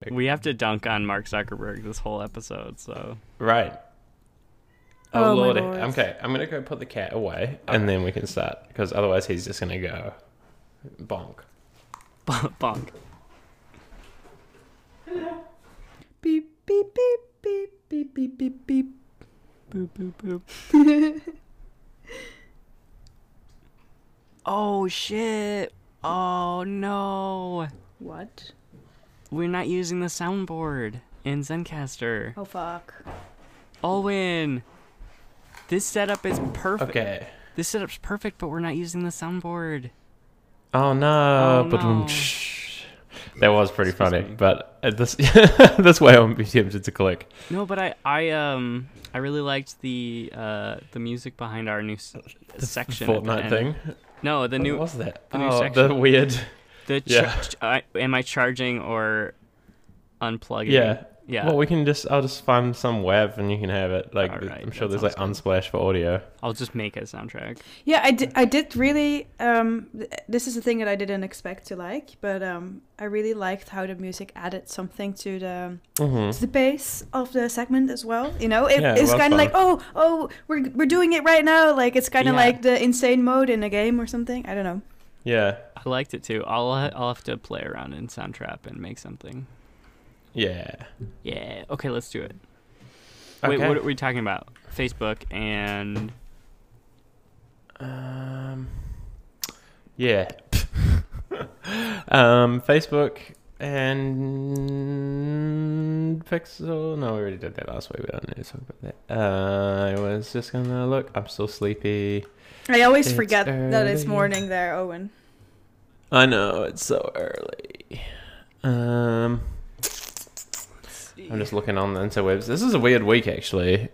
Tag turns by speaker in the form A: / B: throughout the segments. A: pick.
B: We have to dunk on Mark Zuckerberg this whole episode, so
A: right.
C: Oh, my
A: lordy.
C: lord.
A: Okay, I'm gonna go put the cat away, and then we can start because otherwise he's just gonna go bonk.
B: bonk.
C: Beep beep beep beep beep beep beep beep.
B: Boop boop boop. oh shit. Oh no.
C: What?
B: We're not using the soundboard in Zencaster.
C: Oh fuck.
B: Owen. This setup is perfect.
A: Okay.
B: This setup's perfect, but we're not using the soundboard.
A: Oh no!
B: Oh,
A: but
B: no.
A: That was pretty
B: Excuse
A: funny,
B: me.
A: but at this this way I'm tempted to click.
B: No, but I, I um I really liked the uh the music behind our new s- section. at the
A: Fortnite
B: end.
A: thing.
B: No, the
A: what
B: new
A: was that?
B: the new
A: oh, the
B: section.
A: weird.
B: the
A: Yeah.
B: char- I, am I charging or unplugging?
A: Yeah.
B: yeah.
A: Well, we can just I'll just find some web and you can have it. Like
B: All right,
A: I'm sure
B: that
A: there's like
B: sounds
A: Unsplash for audio.
B: I'll just make a soundtrack.
C: Yeah, I did, I did really. Um, th- this is a thing that I didn't expect to like, but um, I really liked how the music added something to the
A: hmm
C: to the pace of the segment as well. You know, it,
A: Yeah, it
C: it's
A: was
C: kind of
A: fun.
C: like, oh, oh, we're we're doing it right now. Like it's kind of
B: Yeah.
C: like the insane mode in a game or something. I don't know.
A: Yeah.
B: I liked it too. I'll uh, I'll have to play around in Soundtrap and make something.
A: Yeah.
B: Yeah. Okay, let's do it.
A: Okay.
B: Wait, what are we talking about? Facebook and
A: Um, yeah. um, Facebook and Pixel. No, we already did that last week. We don't need to talk about that. Uh, I was just gonna look. I'm still sleepy.
C: I always
A: It's
C: forget that it's
A: early.
C: morning there, Owen.
A: I know it's so early. Um, I'm just looking on the interwebs. This is a weird week, actually.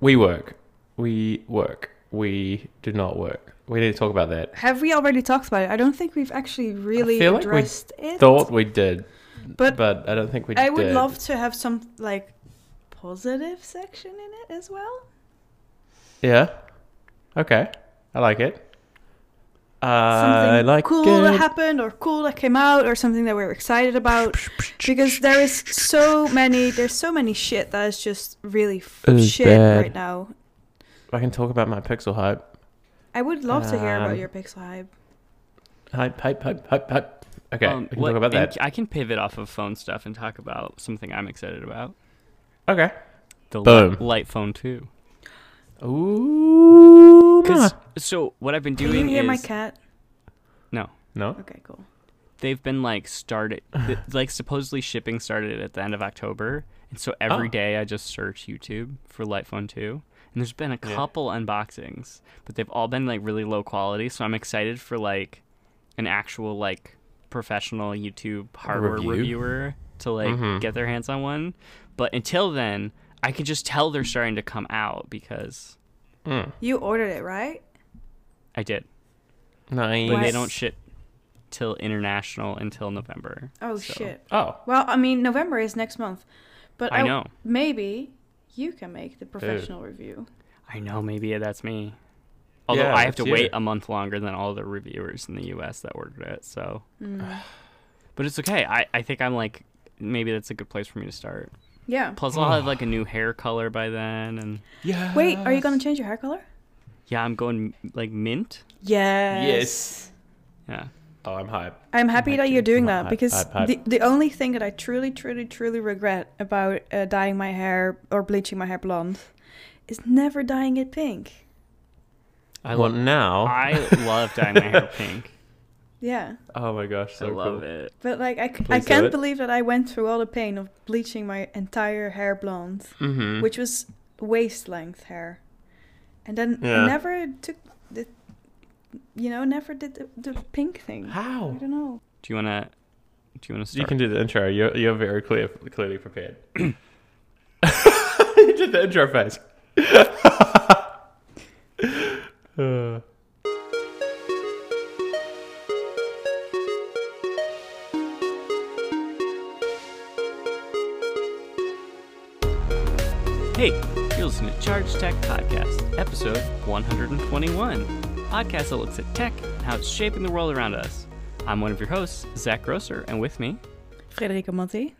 A: We work. We work. We do not work. We need to talk about that.
C: Have we already talked about it? I don't think we've actually really
A: feel like we
C: addressed it.
A: Thought we did,
C: but
A: but I don't think we.
C: I would
A: did.
C: love to have some like positive section in it as well.
A: Yeah. Okay. I like it. I
C: something
A: like it.
C: cool that happened or cool that came out or something that we're excited about because there is so many there's so many shit that is just really f-
A: It is
C: shit
A: bad.
C: right now
A: I can talk about my pixel hype.
C: i would love to hear
A: Um,
C: about your pixel hype
A: Hype, hype, hype, hype, hype. Okay,
B: um,
A: we can
B: what-
A: talk about
B: and
A: that.
B: I can pivot off of phone stuff and talk about something I'm excited about.
A: Okay.
B: The
A: Boom.
B: Light, light phone too.
A: Ooh. ma.
B: 'Cause- so what I've been
C: do you
B: doing
C: hear
B: is
C: my cat
B: no.
A: No.
C: okay cool
B: they've been like started th- like supposedly shipping started at the end of october and so every
A: Oh.
B: day i just search youtube for light phone 2 and there's been a
A: Yeah.
B: couple unboxings but they've all been like really low quality so i'm excited for like an actual like professional youtube hardware
A: Review?
B: reviewer to like
A: Mhm.
B: get their hands on one but until then i can just tell they're starting to come out because
A: Mm.
C: you ordered it right
B: i did
A: Nice.
B: but they
C: Nice.
B: don't ship till international until november
C: oh
B: so-
C: shit
A: Oh.
C: well i mean november is next month but
B: I know.
C: maybe you can make the professional review
B: I know, maybe that's me. Although
A: Yeah,
B: I have to
A: it's you.
B: wait a month longer than all the reviewers in the US that ordered it, so But it's okay. I, I think I'm like maybe that's a good place for me to start.
C: yeah
B: Plus I'll have like a new hair color by then and
A: Yeah.
C: wait are you gonna change your hair color
B: yeah, I'm going like mint.
C: yes
A: Yes.
B: Yeah.
A: Oh, I'm hype.
C: I'm happy that
A: Hype,
C: you're
A: dude.
C: doing
A: Come on,
C: that
A: hype,
C: because
A: hype, hype.
C: the the only thing that I truly, truly, truly regret about uh, dyeing my hair or bleaching my hair blonde is never dyeing it pink.
B: I
A: well,
B: love
A: now.
B: I love dyeing my hair pink.
C: Yeah,
A: Oh my gosh, so
B: I love
A: cool.
B: it.
C: but like I, c- I
A: Please do
C: can't
A: it.
C: believe that I went through all the pain of bleaching my entire hair blonde,
A: Mm-hmm.
C: which was waist length hair, and then
A: Yeah.
C: never took the, you know, never did the, the pink thing. I
A: How?
C: don't know.
B: Do you wanna do you wanna start?
A: You can do the intro. You're you're very clear, clearly prepared. you did the intro face. Uh,
B: Hey, you're listening to Charge Tech Podcast, episode 121. Podcast that looks at tech and how it's shaping the world around us. I'm one of your hosts, Zach Grosser, and with me,
C: Frederica Monti.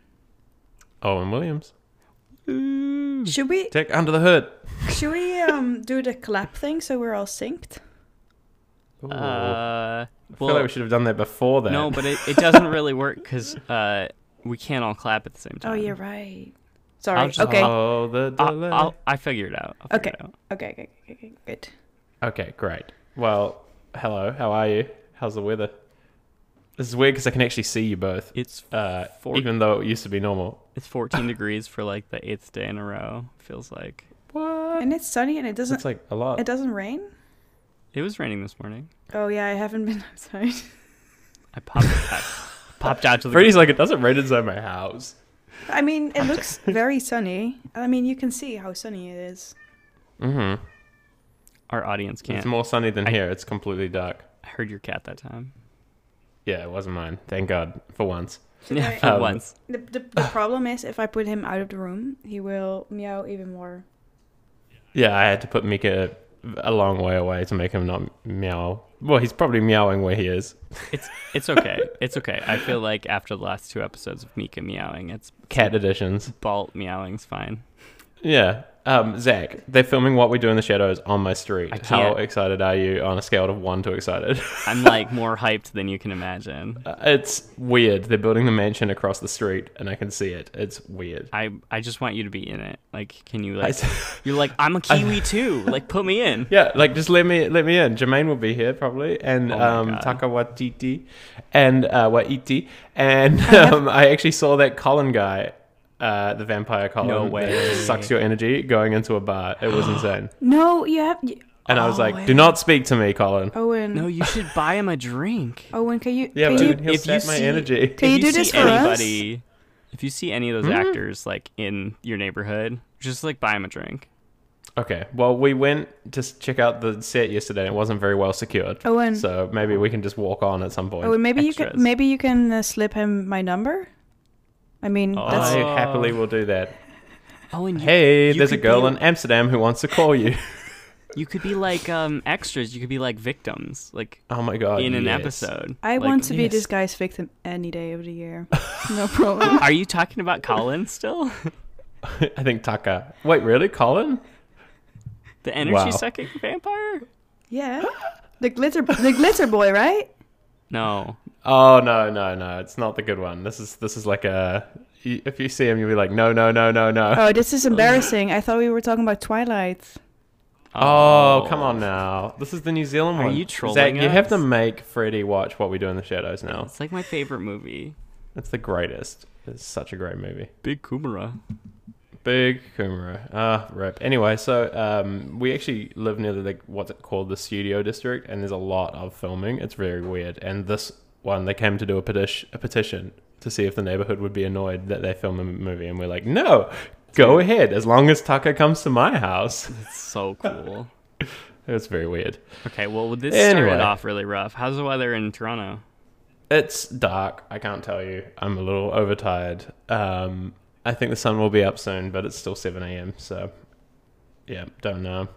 A: Owen Williams.
C: Should we
A: Tech under the hood.
C: should we um do the clap thing so we're all synced?
A: Ooh.
B: Uh,
A: I feel
B: well,
A: like we should have done that before that.
B: no, but it, it doesn't really work because uh, we can't all clap at the same time.
C: Oh, you're right. Sorry.
B: just-
C: Okay. okay.
A: Oh, the
B: I'll,
A: delay.
B: I'll, I figure it out. I'll figure it out.
C: Okay. Okay. Okay. Good.
A: Okay, great. Well, hello. How are you? How's the weather? This is weird because I can actually see you both,
B: It's
A: uh,
B: Four-
A: even though it used to be normal.
B: it's 14 degrees for like the eighth day in a row. Feels like
A: What?
C: Oh, And it's sunny and it doesn't
A: It's like a lot.
C: it doesn't rain.
B: it was raining this morning.
C: Oh yeah, I haven't been outside.
B: I popped I popped out to the
A: Freddy's like, it doesn't rain inside my house.
C: I mean, it looks very sunny. I mean, you can see how sunny it is.
A: Mm-hmm.
B: our audience
A: It's
B: can't.
A: more sunny than
B: I-
A: here. It's completely dark.
B: I heard your cat that time.
A: Yeah, it wasn't mine. Thank God for once.
B: Yeah,
C: I-
B: for
A: Um,
B: once.
C: The, the, the problem is if I put him out of the room, he will meow even more.
A: Yeah, I had to put Mika a long way away to make him not meow. Well, he's probably meowing where he is.
B: It's it's okay. It's okay. I feel like after the last two episodes of Mika meowing, it's
A: Cat editions.
B: Balt meowing's fine.
A: Yeah. Um, Zach, they're filming What We Do in the Shadows on my
B: I
A: street.
B: can't.
A: How excited are you on a scale of one to excited?
B: I'm like more hyped than you can imagine.
A: Uh, it's weird. They're building the mansion across the street, and I can see it. It's weird.
B: I I just want you to be in it. Like, can you
A: I
B: like?
A: s-
B: You're like I'm a kiwi too. Like, put me in.
A: yeah, like just let me let me in. Jermaine will be here probably, and
B: Oh my
A: um,
B: God.
A: Takawatiti, and uh, Waiti, and
C: have-
A: um, I actually saw that Colin guy, uh, the vampire Colin,
B: No
A: that
B: way.
A: sucks your energy going into a bar. It was insane,
C: No, you have you,
A: and I was
B: Oh,
A: like,
B: I-
A: "Do not speak to me, Colin."
C: Owen.
B: No, you should buy him a drink.
C: Owen, can you
A: yeah,
C: can
A: but
C: you
A: dude, he'll
B: if you
A: sap my
B: see-
A: energy.
C: Can you
B: if
C: do this
B: see
C: for us?
B: anybody, If you see any of those actors like in your neighborhood, just like buy them a drink.
A: Okay. Well, we went to s- check out the set yesterday. and It wasn't very well secured.
B: Oh,
C: Owen.
A: So maybe we can just walk on at some point.
C: Owen, maybe you
B: extras.
C: can maybe you can uh, slip him my number. I mean,
B: Oh.
A: I
C: that's
B: Oh.
A: happily will do that.
B: Oh, and you,
A: Hey,
B: you
A: there's a
B: could
A: girl
B: be-
A: in Amsterdam who wants to call you.
B: you could be like um extras. You could be like victims, like
A: oh my god.
B: in an
A: yes.
B: episode.
C: I
B: Like-
C: want to be
A: yes.
C: this guy's victim any day of the year. No problem.
B: Are you talking about Colin still?
A: I think Taka. Wait, really? Colin?
B: The energy
A: Wow.
B: sucking vampire?
C: yeah. The glitter the glitter boy, right?
B: No.
A: Oh no, no, no. It's not the good one. This is this is like a y- if you see him you'll be like, "No, no, no, no, no."
C: Oh, this is embarrassing. I thought we were talking about Twilight.
A: Oh, come on now. This is the New Zealand
B: Are
A: one.
B: you trolling
A: Zach, you have
B: us?
A: to make Freddy watch What We Do in the Shadows now.
B: It's like my favorite movie.
A: It's the greatest. It's such a great movie.
B: Big Kumara.
A: Big Kumara. Ah, rip. Anyway, so um, we actually live near the like, what's it called the studio district, and there's a lot of filming. It's very weird. And this one, they came to do a petition, a petition to see if the neighborhood would be annoyed that they film a movie, and we're like, no, go ahead, as long as Taka comes to my house.
B: It's so cool.
A: It's very weird.
B: okay, well, with this
A: Anyway.
B: started off really rough. How's the weather in Toronto?
A: It's dark. I can't tell you. I'm a little overtired. Um, I think the sun will be up soon, but it's still 7 a.m. So, yeah, don't know.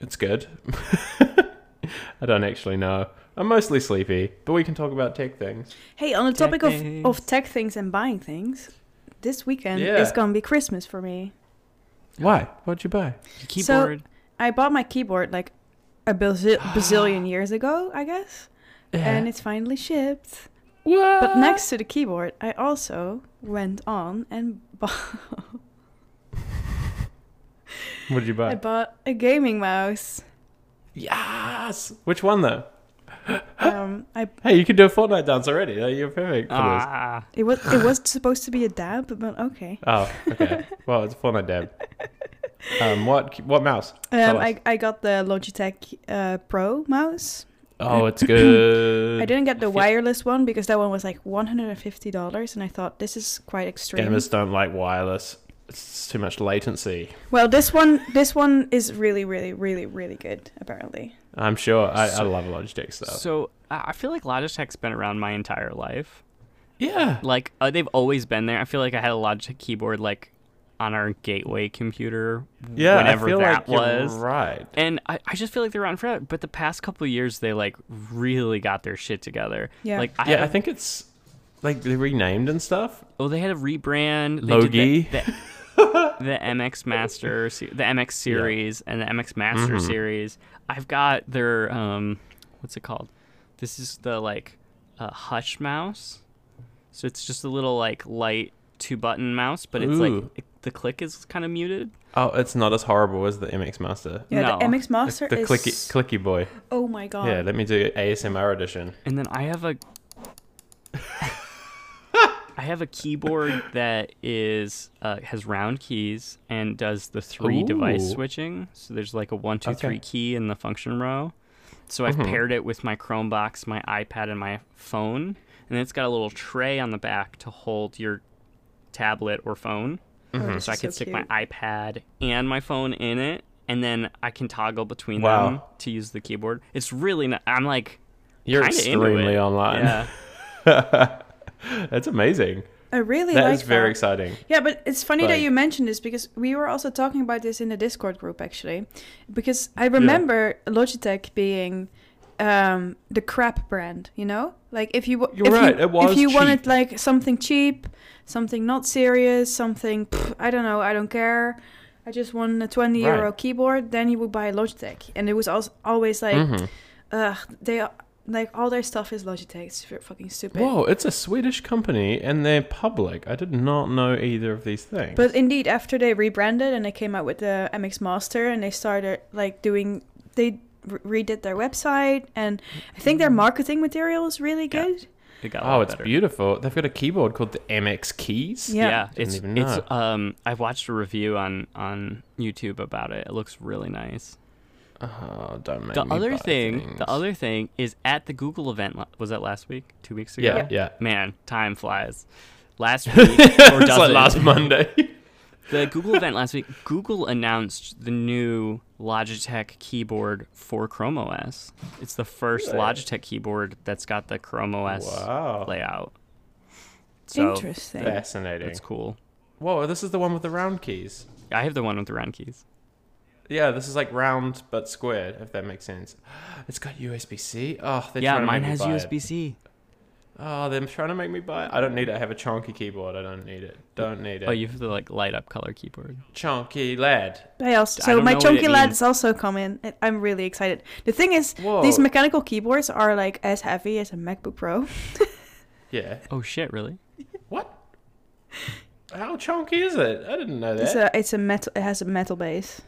A: It's good. I don't actually know. I'm mostly sleepy, but we can talk about tech things.
C: Hey, on the topic of,
B: things.
C: of tech things and buying things, this weekend
A: Yeah.
C: is gonna be Christmas for me.
A: Why? What'd you buy?
B: Your
C: So-
B: Keyboard.
C: I bought my keyboard like a bazil- bazillion years ago, I guess, and it's finally shipped.
A: what?
C: But next to the keyboard, I also went on and bought,
A: What'd you buy?
C: I bought a gaming mouse.
A: Yes! Which one, though?
C: Um, I
A: Hey, you can do a Fortnite dance already. You're perfect for this.
B: ah.
C: it was it was supposed to be a dab, but okay.
A: Oh, okay. well, it's a Fortnite dab. Um, what what mouse?
C: Um,
A: Uh, Tell us.
C: I I got the Logitech uh, Pro mouse.
A: Oh, it's good.
C: I didn't get the
B: feel-
C: wireless one because that one was like one hundred and fifty dollars, and I thought this is quite extreme.
A: Gamers don't like wireless. It's too much latency.
C: Well, this one, this one is really, really, really, really good. Apparently,
A: I'm sure. I, I
B: So-
A: love Logitech stuff.
B: So I I feel like Logitech's been around my entire life.
A: yeah.
B: Like uh, they've always been there. I feel like I had a Logitech keyboard like on our gateway computer.
A: Yeah.
B: whenever
A: I feel
B: that
A: like you're
B: was.
A: right.
B: And I, I just feel like they're around forever. But the past couple of years, they like really got their shit together.
C: Yeah.
B: Like I,
A: Yeah, I
B: have-
A: think it's like they renamed and stuff.
B: Oh, they had a rebrand. They did
A: Logie.
B: The, the- the MX Master, se- the MX series, and the MX Master
A: Mm-hmm.
B: series. I've got their um, what's it called? This is the like uh, Hush mouse. So it's just a little like light two button mouse, but it's like
A: Ooh.
B: it, the click is kind of muted.
A: Oh, it's not as horrible as the MX Master.
C: Yeah,
B: No.
C: the MX Master
A: The, the
C: is.
A: clicky clicky boy.
C: oh my god.
A: Yeah, let me do ASMR edition.
B: And then I have a I have a keyboard that is uh, has round keys and does the three device
A: Ooh.
B: switching. So there's like a one, two,
A: Okay. Mm-hmm.
B: three key in the function row. So I've paired it with my Chromebox, my iPad, and my phone, and it's got a little tray on the back to hold your tablet or phone.
C: Oh,
A: Mm-hmm.
C: this
B: So I
C: is
B: can stick my
C: cute.
B: iPad and my phone in it, and then I can toggle between
A: Wow.
B: them to use the keyboard. It's really not. I'm like
A: You're
B: kinda into
A: extremely
B: it.
A: online.
B: Yeah.
A: That's amazing.
C: I really
A: That is
C: like
A: very
C: that.
A: exciting.
C: Yeah, but it's funny that
A: Like-
C: you mentioned this because we were also talking about this in the Discord group actually, because I remember Logitech being um, the crap brand. You know, like if you wa-
A: You're
C: if
A: right,
C: you,
A: it was
C: if you wanted
A: cheap.
C: like something cheap, something not serious, something pff, I don't know, I don't care. I just want a 20
A: Right.
C: euro keyboard. Then you would buy Logitech, and it was also always like,
A: Mhm.
C: ugh, they are- like all their stuff is Logitech. It's f- fucking stupid.
A: Whoa, it's a Swedish company and they're public. I did not know either of these things.
C: But indeed, after they rebranded and they came out with the MX Master and they started like doing, they re- redid their website and I think their marketing material is really
B: Mm-hmm. Yeah.
C: good.
B: It got a
A: oh,
B: lot
A: it's
B: better.
A: beautiful. They've got a keyboard called the MX Keys.
C: Yeah.
B: Yeah,
A: Didn't
B: it's
A: even
B: it's
A: know.
B: um I've watched a review on on YouTube about it. It looks really nice.
A: Oh, don't make
B: The
A: me
B: other
A: buy
B: thing,
A: things.
B: the other thing is at the Google event la- was that last week? 2 weeks ago?
A: Yeah, yeah.
B: Man, time flies. Last week or
A: it's
B: does
A: like
B: it?
A: last Monday.
B: The Google event last week, Google announced the new Logitech keyboard for Chrome OS. It's the first
A: Really?
B: Logitech keyboard that's got the Chrome OS
A: Wow.
B: layout. So eh,
C: Interesting.
A: Fascinating.
B: That's cool.
A: Whoa, this is the one with the round keys.
B: I have the one with the round keys.
A: Yeah, this is like round but squared, if that makes sense. It's got USB C. Oh, they're
B: yeah,
A: trying to
B: mine
A: make me
B: has
A: buy it.
B: USB C.
A: Oh, they're trying to make me buy it. I don't need it. I have a chonky keyboard. I don't need it. Don't need it.
B: Oh, you have the like light up color keyboard.
A: chonky lad.
C: They also,
B: I
C: so
B: don't
C: my
B: know what it
C: chunky lads
B: means.
C: also come in. I- I'm really excited. The thing is, these
A: Whoa.
C: mechanical keyboards are like as heavy as a MacBook Pro.
A: Yeah.
B: Oh shit, really?
A: What? How chonky is it? I didn't know
C: It's
A: that.
C: a it's a metal. It has a metal base.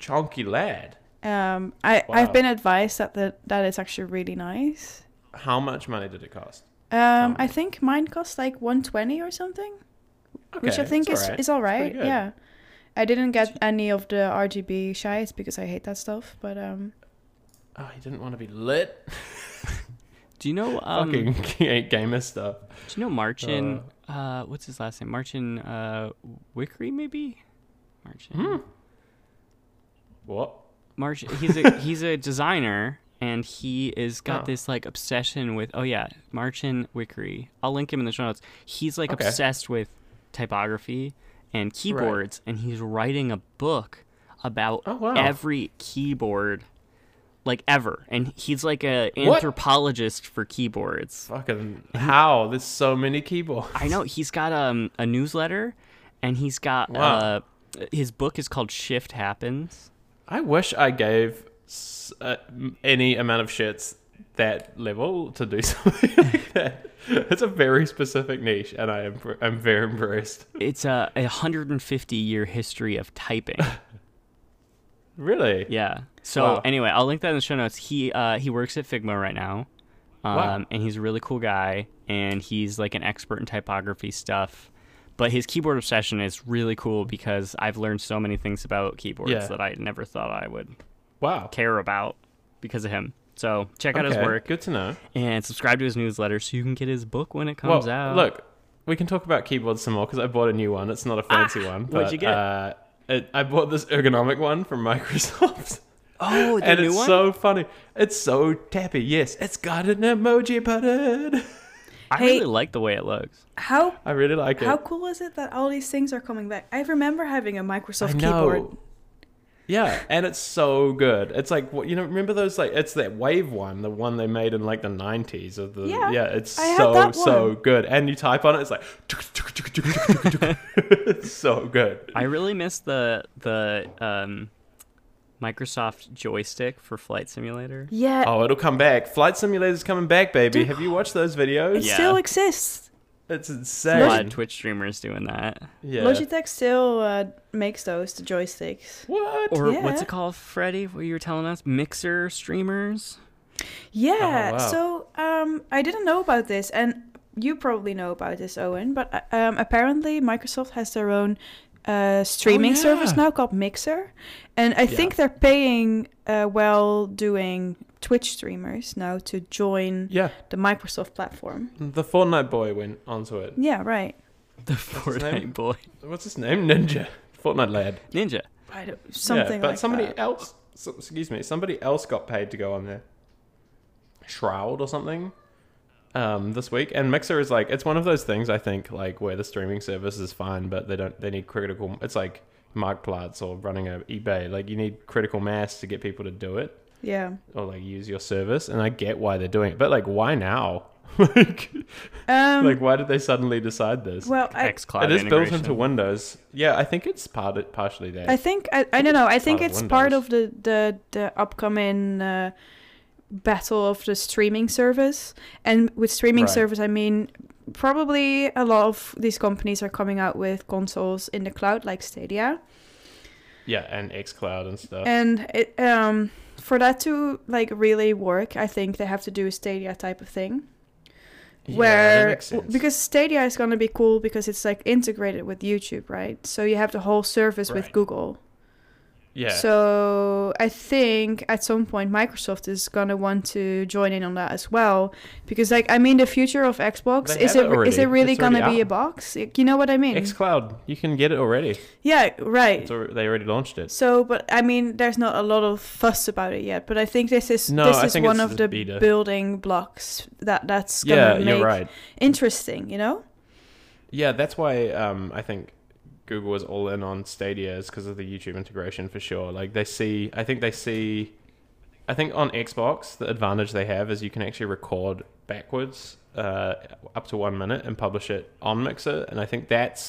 A: chonky lad.
C: Um, I
A: Wow.
C: I've been advised that the, that it's actually really nice.
A: How much money did it cost?
C: Um, I think mine cost like 120 or something. which I
A: Okay,
C: think
A: it's
C: is
A: alright.
C: is all right.
A: pretty good.
C: Yeah, I didn't get any of the RGB shites because I hate that stuff. But um,
A: Oh, he didn't want to be lit.
B: Do you know um
A: Fucking ga- gamer stuff.
B: do you know Marchin uh, what's his last name? Marchin uh Wickery maybe? Marchin.
A: What?
B: March he's a he's a designer and he is got
A: Oh.
B: this like obsession with oh yeah, Marchin Wickery. I'll link him in the show notes. He's like
A: Okay.
B: obsessed with typography and keyboards and he's writing a book about
A: Oh, wow.
B: every keyboard like ever and he's like a
A: What?
B: anthropologist for keyboards
A: Fucking how? There's so many keyboards.
B: I know he's got um, a newsletter, and he's got uh,
A: Wow.
B: his book is called Shift Happens.
A: I wish I gave s- uh, m- any amount of shits that level to do something like that. It's a very specific niche, and I am pr- I'm very impressed.
B: It's a, a 150 year history of typing.
A: Really?
B: Yeah. So
A: Wow.
B: anyway, I'll link that in the show notes. He uh, he works at Figma right now, um,
A: Wow.
B: and he's a really cool guy, and he's like an expert in typography stuff. But his keyboard obsession is really cool because I've learned so many things about keyboards
A: Yeah.
B: that I never thought I would
A: Wow.
B: care about because of him. So check out his
A: Okay,
B: work.
A: Good to know.
B: and subscribe to his newsletter so you can get his book when it comes
A: Well,
B: out.
A: look, we can talk about keyboards some more because I bought a new one. It's not a fancy one. But,
B: what'd you get?
A: Uh, it, I bought this ergonomic one from Microsoft.
B: oh, the
A: and
B: new
A: it's
B: one.
A: so funny. It's so tappy. Yes, it's got an emoji button.
B: I
C: Hey.
B: really like the way it looks.
C: how
A: I really like it.
C: how cool is it that all these things are coming back? I remember having a
A: I
C: Microsoft
A: know.
C: keyboard.
A: Yeah, and it's so good. It's like what you know. Remember those like it's that wave one, the one they made in like the nineties of the yeah.
C: Yeah,
A: it's
C: I had
A: so
C: that
A: so
C: one.
A: good, and you type on it, it's like it's so good.
B: I really miss the the um, Microsoft joystick for Flight Simulator.
C: Yeah,
A: Oh, it'll come back. Flight Simulator's coming back, baby. Have you watched those videos?
C: it
B: Yeah.
C: still exists.
A: It's
B: A lot of
A: insane.
B: Twitch streamers doing that.
A: Yeah.
C: Logitech still uh, makes those the joysticks.
A: What?
B: Or
C: Yeah.
B: what's it called, Freddie? What you were telling us? Mixer streamers.
C: Yeah.
A: Oh, wow.
C: So um, I didn't know about this, and you probably know about this, Owen. But uh, um, apparently Microsoft has their own uh, streaming service
A: Oh, yeah.
C: now called Mixer, and I think they're paying uh, well-doing Twitch streamers now to join
A: yeah,
C: the Microsoft platform.
A: the Fortnite boy went onto it.
C: Yeah. Right.
B: The
A: his name?
B: Fortnite boy,
A: What's his name? Ninja. Fortnite lad.
B: Ninja.
C: I don't, something
A: yeah, but
C: like
A: somebody
C: that.
A: else so- excuse me somebody else got paid to go on there shroud or something um, this week and mixer is like it's one of those things i think like where the streaming service is fine but they don't they need critical it's like mark platz or running a ebay like you need critical mass to get people to do it
C: Yeah.
A: or like use your service and i get why they're doing it but like why now like
C: Um,
A: like why did they suddenly decide this
C: well, I,
B: XCloud
A: it is built
B: integration.
A: into windows yeah i think it's part partially there
C: I think I, I don't know. I think
A: part of
C: it's part
A: Windows.
C: of the the the upcoming uh, battle of the streaming service. And with streaming
A: Right.
C: service, I mean probably a lot of these companies are coming out with consoles in the cloud, like Stadia,
A: yeah and xcloud and stuff
C: and it um. For that to like really work, I think they have to do a Stadia type of thing,
A: Yeah, that
C: where
A: makes sense.
C: because Stadia is gonna be cool because it's like integrated with YouTube, right? So you have the whole service with
A: Right.
C: Google.
A: yeah
C: So I think at some point Microsoft is gonna want to join in on that as well, because like I mean the future of Xbox
A: They
C: is
A: have
C: it
A: it
C: is it
A: already.
C: really
A: It's
C: gonna
A: already
C: be a
A: out.
C: box? Like, You know what I mean?
A: xcloud you can get it already
C: yeah, right.
A: it's al- they already launched it
C: So, but I mean, there's not a lot of fuss about it yet. But I think this is
A: No,
C: this
A: I
C: is
A: think
C: one
A: it's
C: of
A: the
C: the
A: beta.
C: building blocks that that's
A: yeah
C: gonna make
A: you're right
C: interesting. You know?
A: yeah that's why um, i think google was all in on stadia is because of the youtube integration for sure like they see i think they see i think on xbox the advantage they have is you can actually record backwards uh, up to one minute and publish it on mixer and i think that's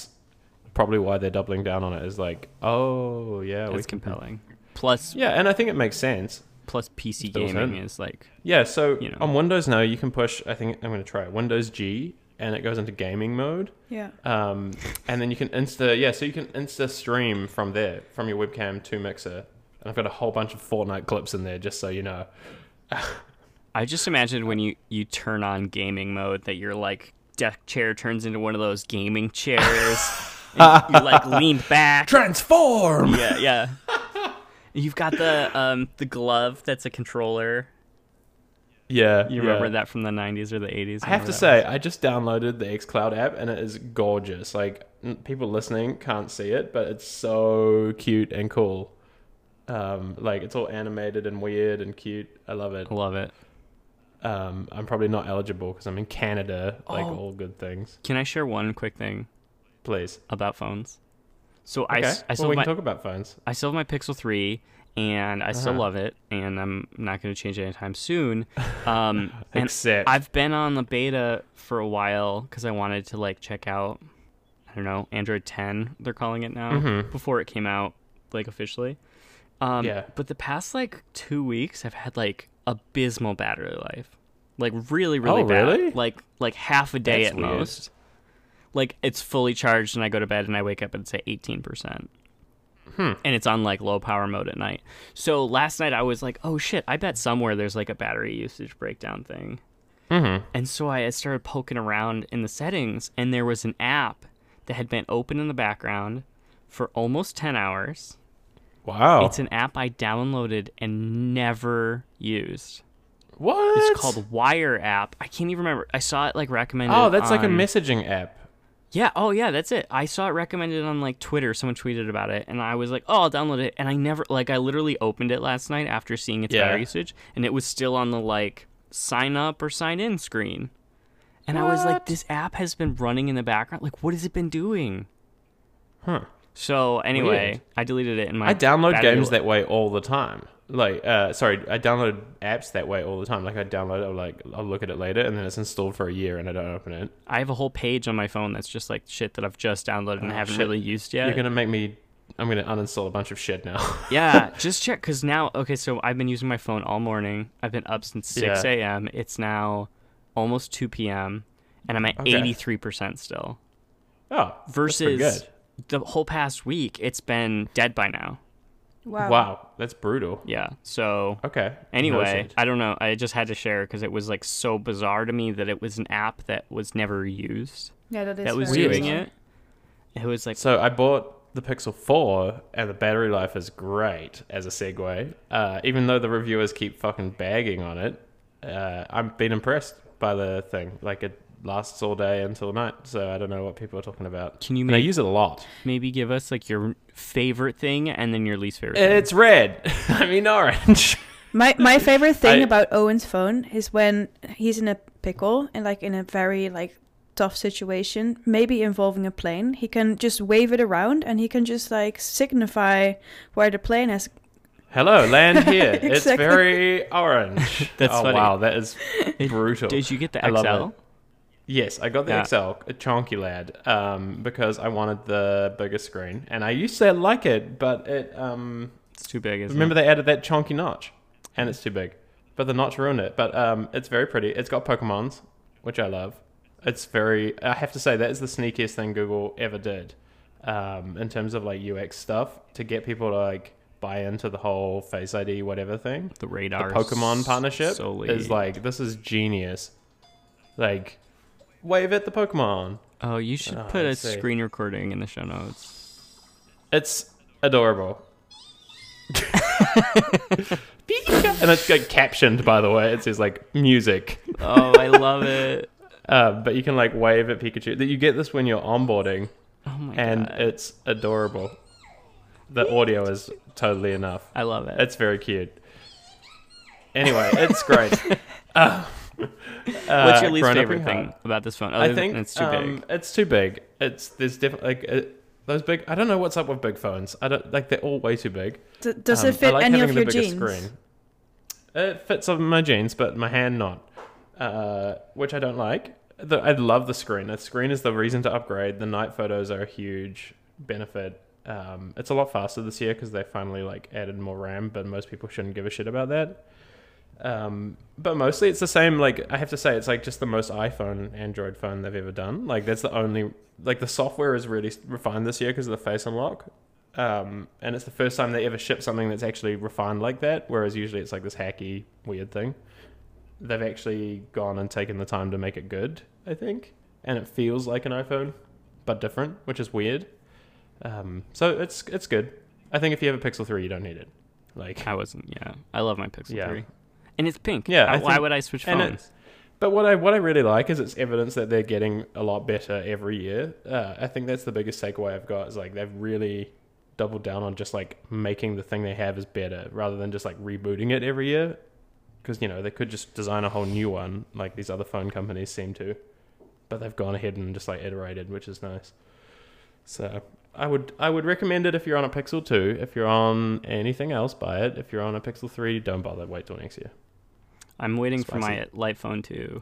A: probably why they're doubling down on it is like oh yeah
B: That's
A: can-
B: compelling. Plus,
A: yeah and i think it makes sense
B: plus PC
A: Built in.
B: gaming is like
A: Yeah, so
B: You know.
A: on Windows now you can push. I think I'm going to try it, Windows G, and it goes into gaming mode.
C: Yeah.
A: Um, and then you can insta. Yeah, so you can insta stream from there from your webcam to Mixer. And I've got a whole bunch of Fortnite clips in there, just so you know.
B: I just imagine when you you turn on gaming mode that your like deck chair turns into one of those gaming chairs. and you like leaned back.
A: Transform.
B: Yeah, yeah. You've got the um the glove that's a controller.
A: Yeah,
B: You
A: yeah.
B: remember that from the 90s or the 80s?
A: I have to say, I just downloaded the xCloud app, and it is gorgeous. Like n- people listening can't see it, but it's so cute and cool. Um, like it's all animated and weird and cute. I love it.
B: I love it.
A: um, I'm probably not eligible because I'm in Canada, like
B: Oh.
A: all good things.
B: Can I share one quick thing
A: Please.
B: about phones? So I
A: Okay.
B: s- I
A: well,
B: sold
A: we can
B: my
A: talk about phones.
B: I still have my Pixel 3 and I still
A: Uh-huh.
B: love it and I'm not going to change it anytime soon. Um, and
A: Except-
B: I've been on the beta for a while because I wanted to like check out, I don't know, Android 10, they're calling it now, before it came out like officially. Um,
A: Mm-hmm. Yeah.
B: But the past like two weeks, I've had like abysmal battery life. Like really, really
A: Oh,
B: bad.
A: really?
B: Like like half a day
A: That's
B: at
A: weird.
B: most. Like it's fully charged and I go to bed and I wake up and it's at eighteen percent
A: Hmm.
B: and it's on like low power mode at night. So last night I was like, oh shit, I bet somewhere there's like a battery usage breakdown thing. Mm-hmm. And so I had started poking around in the settings, and there was an app that had been open in the background for almost 10 hours.
A: Wow.
B: It's an app I downloaded and never used.
A: what?
B: It's called Wire App. I can't even remember. I saw it like recommended.
A: Oh, that's like a
B: on-
A: messaging app.
B: yeah. Oh, yeah. That's it. I saw it recommended on like Twitter. Someone tweeted about it, and I was like, "Oh, I'll download it." And I never like I literally opened it last night after seeing its
A: Yeah.
B: battery usage, and it was still on the like sign up or sign in screen. And I was like,
A: What?
B: "This app has been running in the background. Like, what has it been doing?"
A: Huh.
B: So anyway,
A: Weird.
B: I deleted it in my.
A: I download
B: battery
A: games
B: li-
A: that way all the time. Like, uh, sorry, I download apps that way all the time. Like, I download it, I'll like I'll look at it later, and then it's installed for a year, and I don't open it.
B: I have a whole page on my phone that's just like shit that I've just downloaded and
A: Oh,
B: haven't
A: shit.
B: really used yet.
A: You're gonna make me. I'm gonna uninstall a bunch of shit now.
B: yeah, just check because now, okay, so I've been using my phone all morning. I've been up since 6
A: Yeah.
B: a.m. It's now almost 2 p.m. and I'm at
A: Okay.
B: 83% still.
A: oh,
B: Versus
A: that's
B: the whole past week, it's been dead by now.
A: pretty
C: Wow.
A: good. Wow, that's brutal.
B: Oh. Yeah. So
A: Okay.
B: anyway,
A: Noted.
B: I don't know. I just had to share because it was like so bizarre to me that it was an app that was never used
C: Yeah, that is.
B: that was
C: very
A: weird.
B: doing
C: bizarre.
B: it. It was like
A: So I bought the Pixel 4, and the battery life is great as a segue. Uh, even though the reviewers keep fucking bagging on it, uh, I've been impressed by the thing. Like it lasts all day until night. So I don't know what people are talking about.
B: Can you
A: And I
B: make-
A: use it a lot.
B: maybe give us like your favorite thing and then your least favorite thing.
A: It's red. I mean orange.
C: My my favorite thing
A: I-
C: about Owen's phone is when he's in a pickle and like in a very like tough situation, maybe involving a plane. He can just wave it around and he can just like signify where the plane has.
A: Hello, land here. It's
C: Exactly.
A: very orange.
B: That's
A: oh
B: funny.
A: wow, that is brutal.
B: Did you get the
A: I
B: XL?
A: love it. Yes, I got the
B: Yeah.
A: XL, a chonky lad, um, because I wanted the bigger screen, and I used to like it, but it. Um,
B: It's too big, isn't
A: remember
B: it?
A: they added that chonky notch, and it's too big, but the notch ruined it. But um, it's very pretty. It's got Pokemon's, which I love. It's very. I have to say that is the sneakiest thing Google ever did, um, in terms of like UX stuff to get people to like buy into the whole Face ID whatever thing
B: the radar
A: the Pokemon partnership
B: solely.
A: is like this is genius. Like, wave at the Pokemon.
B: Oh, you should
A: Oh,
B: put
A: I
B: a
A: see.
B: screen recording in the show notes.
A: It's adorable. and it's like captioned, by the way. It says like music,
B: Oh, I love it.
A: uh, but you can like wave at Pikachu. That you get this when you're onboarding,
B: Oh my
A: and
B: god.
A: it's adorable. The audio is totally enough.
B: I love it.
A: It's very cute. Anyway, it's great. Uh,
B: What's
A: uh,
B: your least
A: grown up
B: favorite
A: in
B: thing
A: heart.
B: about this phone? Other
A: I
B: than
A: think
B: it's too
A: um,
B: big.
A: It's too big. It's there's different like uh those big. I don't know what's up with big phones. I don't like they're all way too big.
C: D- does
A: Um,
C: it fit
A: I like
C: any
A: having
C: of your
A: the bigger
C: jeans?
A: Screen. It fits on my jeans, but my hand not, uh, which I don't like. The, I love the screen. The screen is the reason to upgrade. The night photos are a huge benefit. Um, it's a lot faster this year because they finally like added more RAM, but most people shouldn't give a shit about that. Um, but mostly it's the same. Like I have to say, it's like just the most iPhone Android phone they've ever done. Like that's the only like the software is really refined this year because of the face unlock. Um, and it's the first time they ever ship something that's actually refined like that. Whereas usually it's like this hacky weird thing. They've actually gone and taken the time to make it good. I think, and it feels like an iPhone, but different, which is weird. Um, so it's it's good. I think if you have a Pixel three, you don't need it. Like
B: I wasn't. Yeah, I love my Pixel
A: Yeah.
B: Three, and it's pink.
A: Yeah,
B: Why-
A: I
B: why
A: think-
B: would I switch
A: and
B: phones?
A: it's- But what I what I really like is it's evidence that they're getting a lot better every year. Uh, I think that's the biggest takeaway I've got is like they've really doubled down on just like making the thing they have is better rather than just like rebooting it every year. Because you know they could just design a whole new one like these other phone companies seem to, but they've gone ahead and just like iterated, which is nice. So I would I would recommend it if you're on a Pixel two. If you're on anything else, buy it. If you're on a Pixel three, don't bother. Wait till next year.
B: I'm waiting
A: Spicy.
B: for my Lite phone too.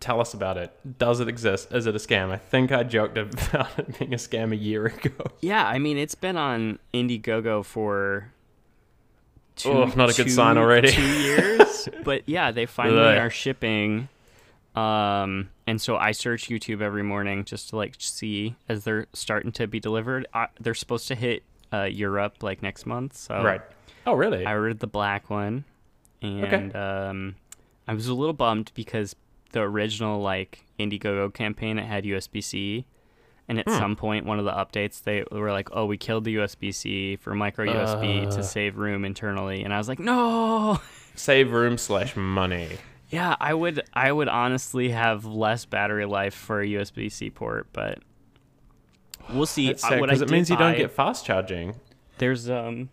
A: Tell us about it. Does it exist? Is it a scam? I think I joked about it being a scam a year ago.
B: Yeah, I mean it's been on Indiegogo for. Two,
A: Oh, not a good
B: two-
A: sign already.
B: Two years, but yeah, they finally
A: Ugh.
B: are shipping. Um, and so I search YouTube every morning just to like see as they're starting to be delivered. I, they're supposed to hit uh, Europe like next month, so
A: Right. Oh, really?
B: I ordered the black one, and um, I was a little bummed because the original like Indiegogo campaign it had USB C, and
A: Hmm.
B: at some point one of the updates they were like, "Oh, we killed the USB C for micro USB
A: Uh.
B: to save room internally," and I was like, "No."
A: Save room slash money.
B: Yeah, I would. I would honestly have less battery life for a USB C port, but we'll see.
A: That's
B: Uh,
A: sad
B: what I
A: because it
B: did
A: means you don't
B: buy-
A: get fast charging.
B: There's um,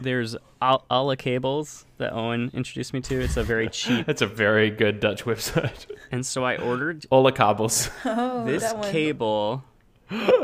B: there's Al- Ala cables that Owen introduced me to. It's a very cheap,
A: It's a very good Dutch website.
B: and so I ordered
A: All the cables.
C: Oh,
B: this
C: that one.
B: cable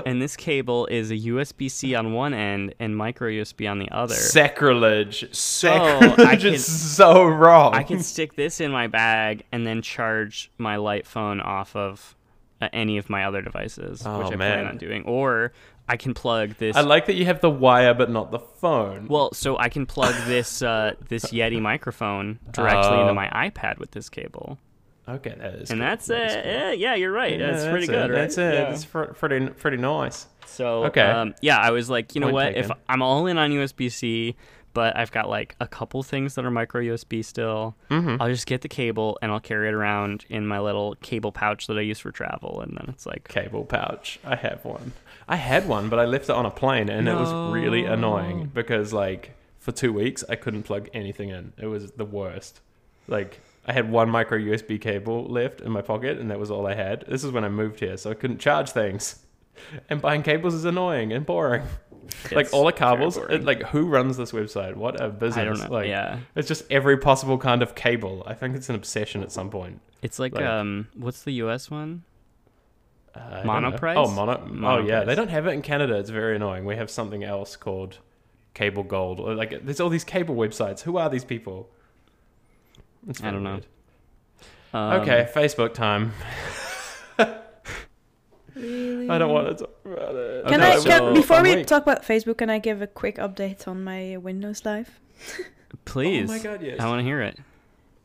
B: and this cable is a USB C on one end and micro USB on the other.
A: Sacrilege. Sacrilege.
B: Oh, I can-
A: it's so wrong.
B: I can stick this in my bag and then charge my light phone off of uh, any of my other devices,
A: Oh,
B: which I
A: man.
B: plan on doing. Or I can plug this.
A: I like that you have the wire but not the phone.
B: well, so I can plug this uh, this Yeti microphone directly into
A: Oh.
B: my iPad with this cable,
A: Okay, that is.
B: and
A: cool.
B: that's
A: That is
B: it.
A: cool.
B: Yeah, yeah, you're right.
A: Yeah,
B: that's pretty
A: it,
B: good, right?
A: That's it.
B: Yeah.
A: That's fr- pretty pretty nice.
B: So
A: Okay.
B: um, yeah, I was like, you know
A: Point
B: what? If
A: taken.
B: I'm all in on USB C, but I've got like a couple things that are micro USB still,
A: Mm-hmm.
B: I'll just get the cable and I'll carry it around in my little cable pouch that I use for travel, and then it's like,
A: Cable pouch. I have one. I had one, but I left it on a plane, and it was really
B: No.
A: annoying because like for two weeks I couldn't plug anything in. It was the worst. Like I had one micro USB cable left in my pocket, and that was all I had. This is when I moved here, so I couldn't charge things. And buying cables is annoying and boring. like
B: It's
A: all the
B: very
A: cables,
B: boring.
A: it, like who runs this website? What a business!
B: I don't know.
A: Like,
B: yeah,
A: It's just every possible kind of cable. I think it's an obsession at some point.
B: it's like,
A: like-
B: um, what's the U.S. one?
A: Uh, I don't know.
B: Monoprice?
A: Oh, mono. Oh, yeah.
B: Monoprice.
A: They don't have it in Canada. It's very annoying. We have something else called Cable Gold. Or, Like, there's all these cable websites. Who are these people? It's
B: I
A: very
B: don't know.
A: weird.
B: Um,
A: okay, Facebook time.
C: Really?
A: I don't want to talk about it.
C: Can
B: Okay,
C: I
A: No,
B: so-
A: will
C: can, before
A: one
C: we
A: week.
C: talk about Facebook? Can I give a quick update on my uh, Windows Live?
B: please.
A: Oh my god, yes.
B: I want to hear it.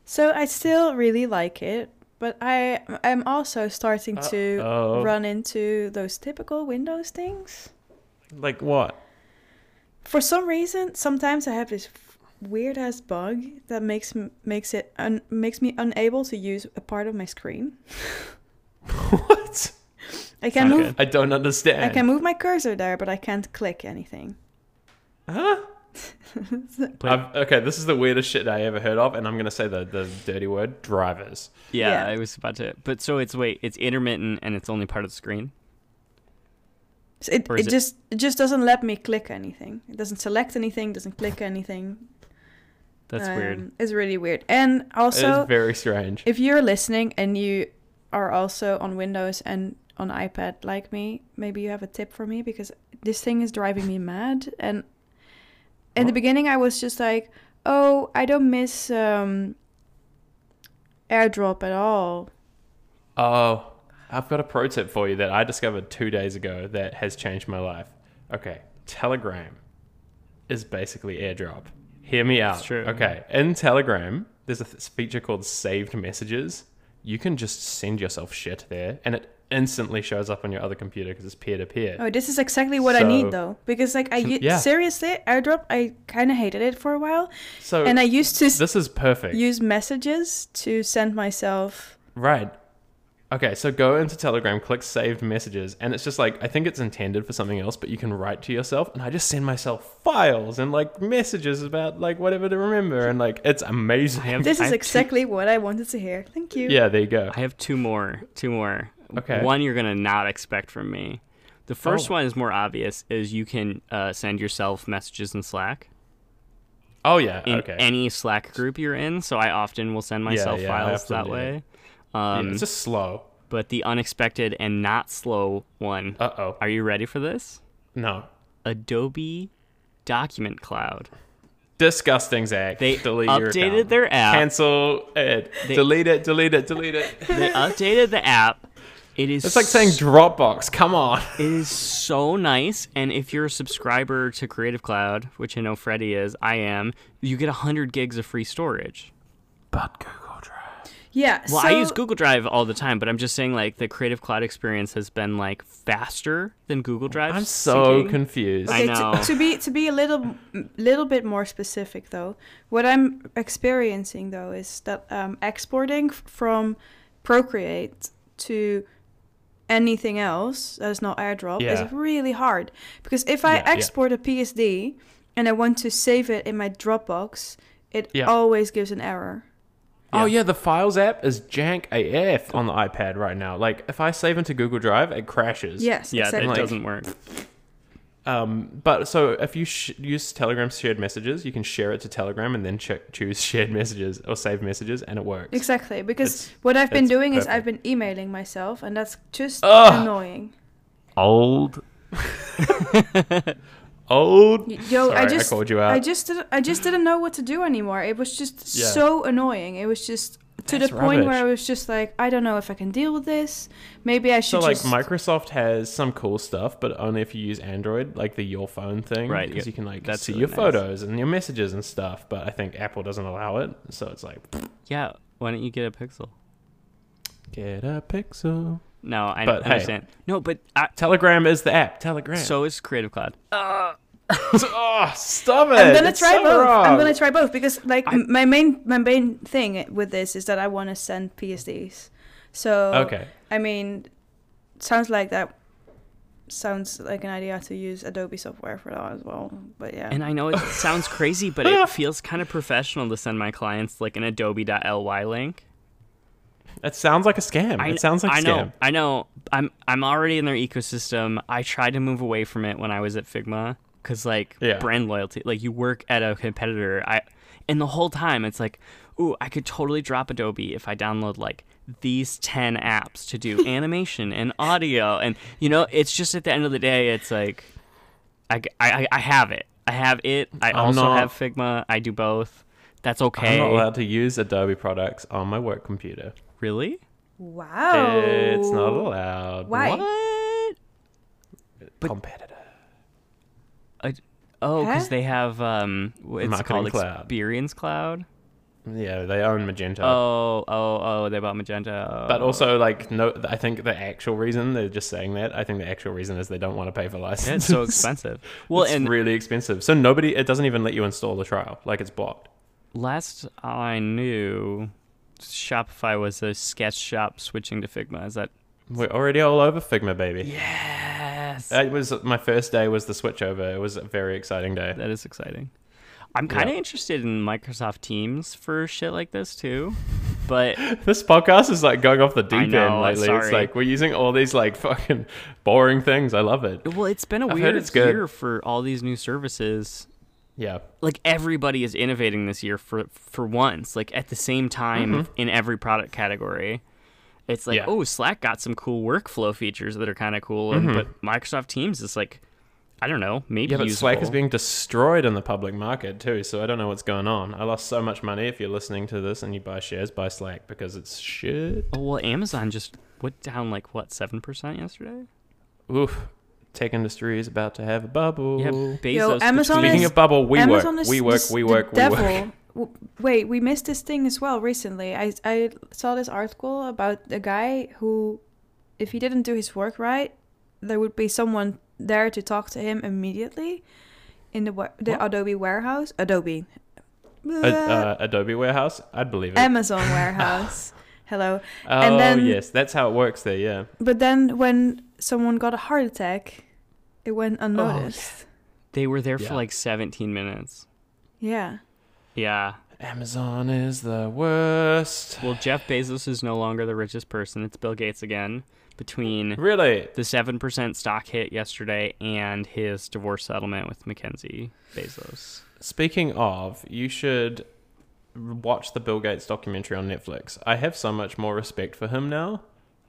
C: So I still really like it, but I am also starting to
A: Uh, Uh-oh.
C: run into those typical Windows things.
A: Like what?
C: For some reason, sometimes I have this weird ass bug that makes m- makes it un- makes me unable to use a part of my screen.
A: what?
C: I can
B: Okay.
C: move
A: I don't understand.
C: I can move my cursor there, but I can't click anything.
A: Huh?
B: Play-
A: I've- okay, this is the weirdest shit I ever heard of, and I'm gonna say the, the dirty word drivers.
B: Yeah,
C: Yeah.
B: I was about to. But so it's wait, it's intermittent and it's only part of the screen.
C: So it
B: Or
C: it
B: is it-
C: just it just doesn't let me click anything. It doesn't select anything. Doesn't click anything.
B: That's weird.
C: Um, It's really weird. And
A: it
C: also,
A: is very strange.
C: if you're listening and you are also on Windows and on iPad like me, maybe you have a tip for me because this thing is driving me mad. And in the
A: What?
C: beginning, I was just like, "Oh, I don't miss um, AirDrop at all."
A: Oh, I've got a pro tip for you that I discovered two days ago that has changed my life. Okay, Telegram is basically AirDrop. Hear me out.
B: true.
A: Okay, in Telegram, there's a th- feature called saved messages. You can just send yourself shit there, and it instantly shows up on your other computer because it's peer to peer.
C: Oh, this is exactly what I
A: So-
C: need though, because like I u-
A: Yeah.
C: seriously AirDrop, I kind of hated it for a while,
A: So
C: and I used to s-
A: this is perfect.
C: use messages to send myself.
A: Right. Okay, so go into Telegram, click saved messages, and it's just like I think it's intended for something else, but you can write to yourself and I just send myself files and like messages about like whatever to remember and like it's amazing.
B: I have-
C: This
B: I have
C: is
B: two-
C: exactly what I wanted to hear. Thank you.
A: yeah, there you go.
B: I have two more. Two more.
A: Okay.
B: One you're gonna not expect from me. The first
A: Oh.
B: one is more obvious: is you can uh, send yourself messages in Slack
A: Oh yeah,
B: in
A: okay.
B: any Slack group you're in. So I often will send myself
A: yeah, I
B: files
A: often
B: that
A: do
B: way.
A: Yeah,
B: Um,
A: it's just slow.
B: but the unexpected and not slow one.
A: Uh-oh.
B: Are you ready for this?
A: No.
B: Adobe Document Cloud.
A: Disgusting, Zach.
B: They
A: delete your
B: updated
A: account.
B: their app.
A: Cancel it. delete it. Delete it. Delete it.
B: They updated the app. It is
A: It's like saying Dropbox. Come on.
B: It is so nice, and if you're a subscriber to Creative Cloud, which I know Freddie is, I am, you get 100 gigs of free storage.
A: But Google Drive.
C: Yeah.
B: Well,
C: so,
B: I use Google Drive all the time, but I'm just saying, like, the Creative Cloud experience has been, like, faster than Google Drive.
A: I'm so
B: syncing.
A: confused.
B: I
C: Okay,
B: know.
C: To, to be to be a little little bit more specific though, what I'm experiencing though is that um, exporting f- from Procreate to anything else that is not AirDrop
A: Yeah.
C: is really hard because if I
A: Yeah, yeah.
C: export a PSD and I want to save it in my Dropbox, it
A: Yeah.
C: always gives an error.
A: Oh
B: Yeah.
A: yeah, the Files app is jank AF on the iPad right now. Like if I save into Google Drive, it crashes.
C: Yes,
B: Yeah,
C: exactly.
B: it
A: Like-
B: doesn't work.
A: Um, but so if you sh- use Telegram's shared messages, you can share it to Telegram and then check choose shared messages or save messages, and it works.
C: Exactly, because
A: It's-
C: what I've been
A: it's
C: doing is I've
A: perfect.
C: been emailing myself, and that's just
A: Ugh.
C: annoying.
A: old. old.
C: Y- Yo,
A: Sorry,
C: I
A: I
C: just,
A: called you out.
C: I just, didn't, I just didn't know what to do anymore. It was just
A: Yeah.
C: so annoying. It was just to
A: That's
C: the point where
A: rubbish.
C: I was just like, I don't know if I can deal with this. Maybe I
A: so
C: should
A: like
C: just.
A: Microsoft has some cool stuff, but only if you use Android, like the Your Phone thing,
B: Right,
A: Because
B: yeah,
A: you can like
B: that's
A: see
B: really
A: your
B: nice.
A: photos and your messages and stuff. But I think Apple doesn't allow it, so it's like
B: Yeah, why don't you get a Pixel?
A: get a Pixel.
B: No, I
A: But, hey.
B: understand. No, but I,
A: Telegram is the app. Telegram.
B: so is Creative Cloud.
A: oh, stop it!
C: I'm gonna
A: It's
C: try
A: so
C: both. I'm
A: wrong.
C: gonna try both because like m my main my main thing with this is that I want to send PSDs. So
A: Okay.
C: I mean, sounds like that sounds like an idea to use Adobe software for that as well. But yeah,
B: And I know it sounds crazy, but it feels kind of professional to send my clients like an adobe.ly link.
A: It sounds like a scam.
B: I,
A: it sounds like a
B: I
A: scam.
B: know, I know. I'm I'm already in their ecosystem. I tried to move away from it when I was at Figma because like
A: Yeah.
B: brand loyalty, like you work at a competitor. I and the whole time it's like, ooh, I could totally drop Adobe if I download like these 10 apps to do animation and audio and you know it's just at the end of the day it's like i i, I have it i have it i
A: I'm
B: also
A: not-
B: have figma i do both that's okay
A: I'm not allowed to use Adobe products on my work computer.
B: really
C: wow,
A: It's not allowed.
C: Oh. Why?
A: What?
B: what But-
A: Competitor.
B: I, oh, because
C: Huh?
B: they have um, w- it's
A: Marketing
B: called
A: Cloud.
B: Experience Cloud.
A: Yeah, they own Magento.
B: Oh, oh, oh, they bought Magento.
A: But also, like, no, I think the actual reason they're just saying that. I think the actual reason is they don't want to pay for licenses.
B: Yeah, it's so expensive. Well,
A: it's
B: and
A: really expensive. So nobody, it doesn't even let you install the trial. Like, it's blocked.
B: last I knew, Shopify was a sketch shop switching to Figma. Is that
A: We're already all over Figma, baby.
B: yes?
A: That was my first day. Was the switchover? It was a very exciting day.
B: that is exciting. I'm kind of
A: Yeah.
B: interested in Microsoft Teams for shit like this too, but
A: This podcast is like going off the deep
B: I know,
A: end lately.
B: sorry.
A: It's like we're using all these like fucking boring things. I love it.
B: well, it's been a
A: I've heard
B: weird
A: it's good.
B: year for all these new services.
A: Yeah.
B: like everybody is innovating this year for for once like at the same time in every product category it's like
A: Mm-hmm. Yeah.
B: oh slack got some cool workflow features that are kind of cool and but microsoft teams is like i don't know maybe
A: Mm-hmm. Yeah, but Slack is
B: usable.
A: being destroyed in the public market too, so I don't know what's going on. I lost so much money. If you're listening to this and you buy shares, buy Slack because it's shit.
B: oh, well amazon just went down like what 7% yesterday
A: Oof. Tech industry is about to have a bubble.
B: yeah bezos
C: Yo, Amazon
B: between-
A: Speaking
C: is-
A: of bubble, we
C: Amazon
A: work,
C: is
A: we work,
C: this-
A: we
C: the
A: work, we
C: devil.
A: work.
C: W- Wait, we missed this thing as well recently. I I saw this article about a guy who, if he didn't do his work right, there would be someone there to talk to him immediately, in the wa- the
A: What?
C: Adobe warehouse, Adobe,
A: A- uh, Adobe warehouse, I'd believe it.
C: Amazon warehouse. Hello.
A: oh
C: Um, and then-
A: yes, that's how it works there. Yeah.
C: But then when someone got a heart attack, it went
A: Oh,
C: unnoticed.
B: they were there
A: Yeah.
B: for like 17 minutes
C: yeah.
B: yeah
A: Amazon is the worst.
B: well jeff bezos is no longer the richest person it's bill gates again between
A: Really?
B: the seven percent stock hit yesterday and his divorce settlement with Mackenzie Bezos.
A: Speaking of, you should watch the Bill Gates documentary on Netflix. I have so much more respect for him now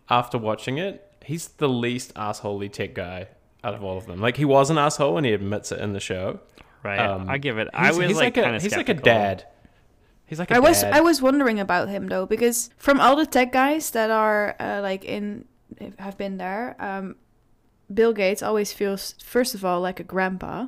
A: after watching it. He's the least assholey tech guy out of all of them. Like he was an asshole and he admits it in the show.
B: Right,
A: Um,
B: I give it. I
A: He's-
B: was
A: he's
B: like, kind
A: a,
B: of
A: he's like a dad. He's like a
C: I was
A: dad.
C: I was wondering about him though because from all the tech guys that are uh, like in have been there, um, Bill Gates always feels first of all like a grandpa.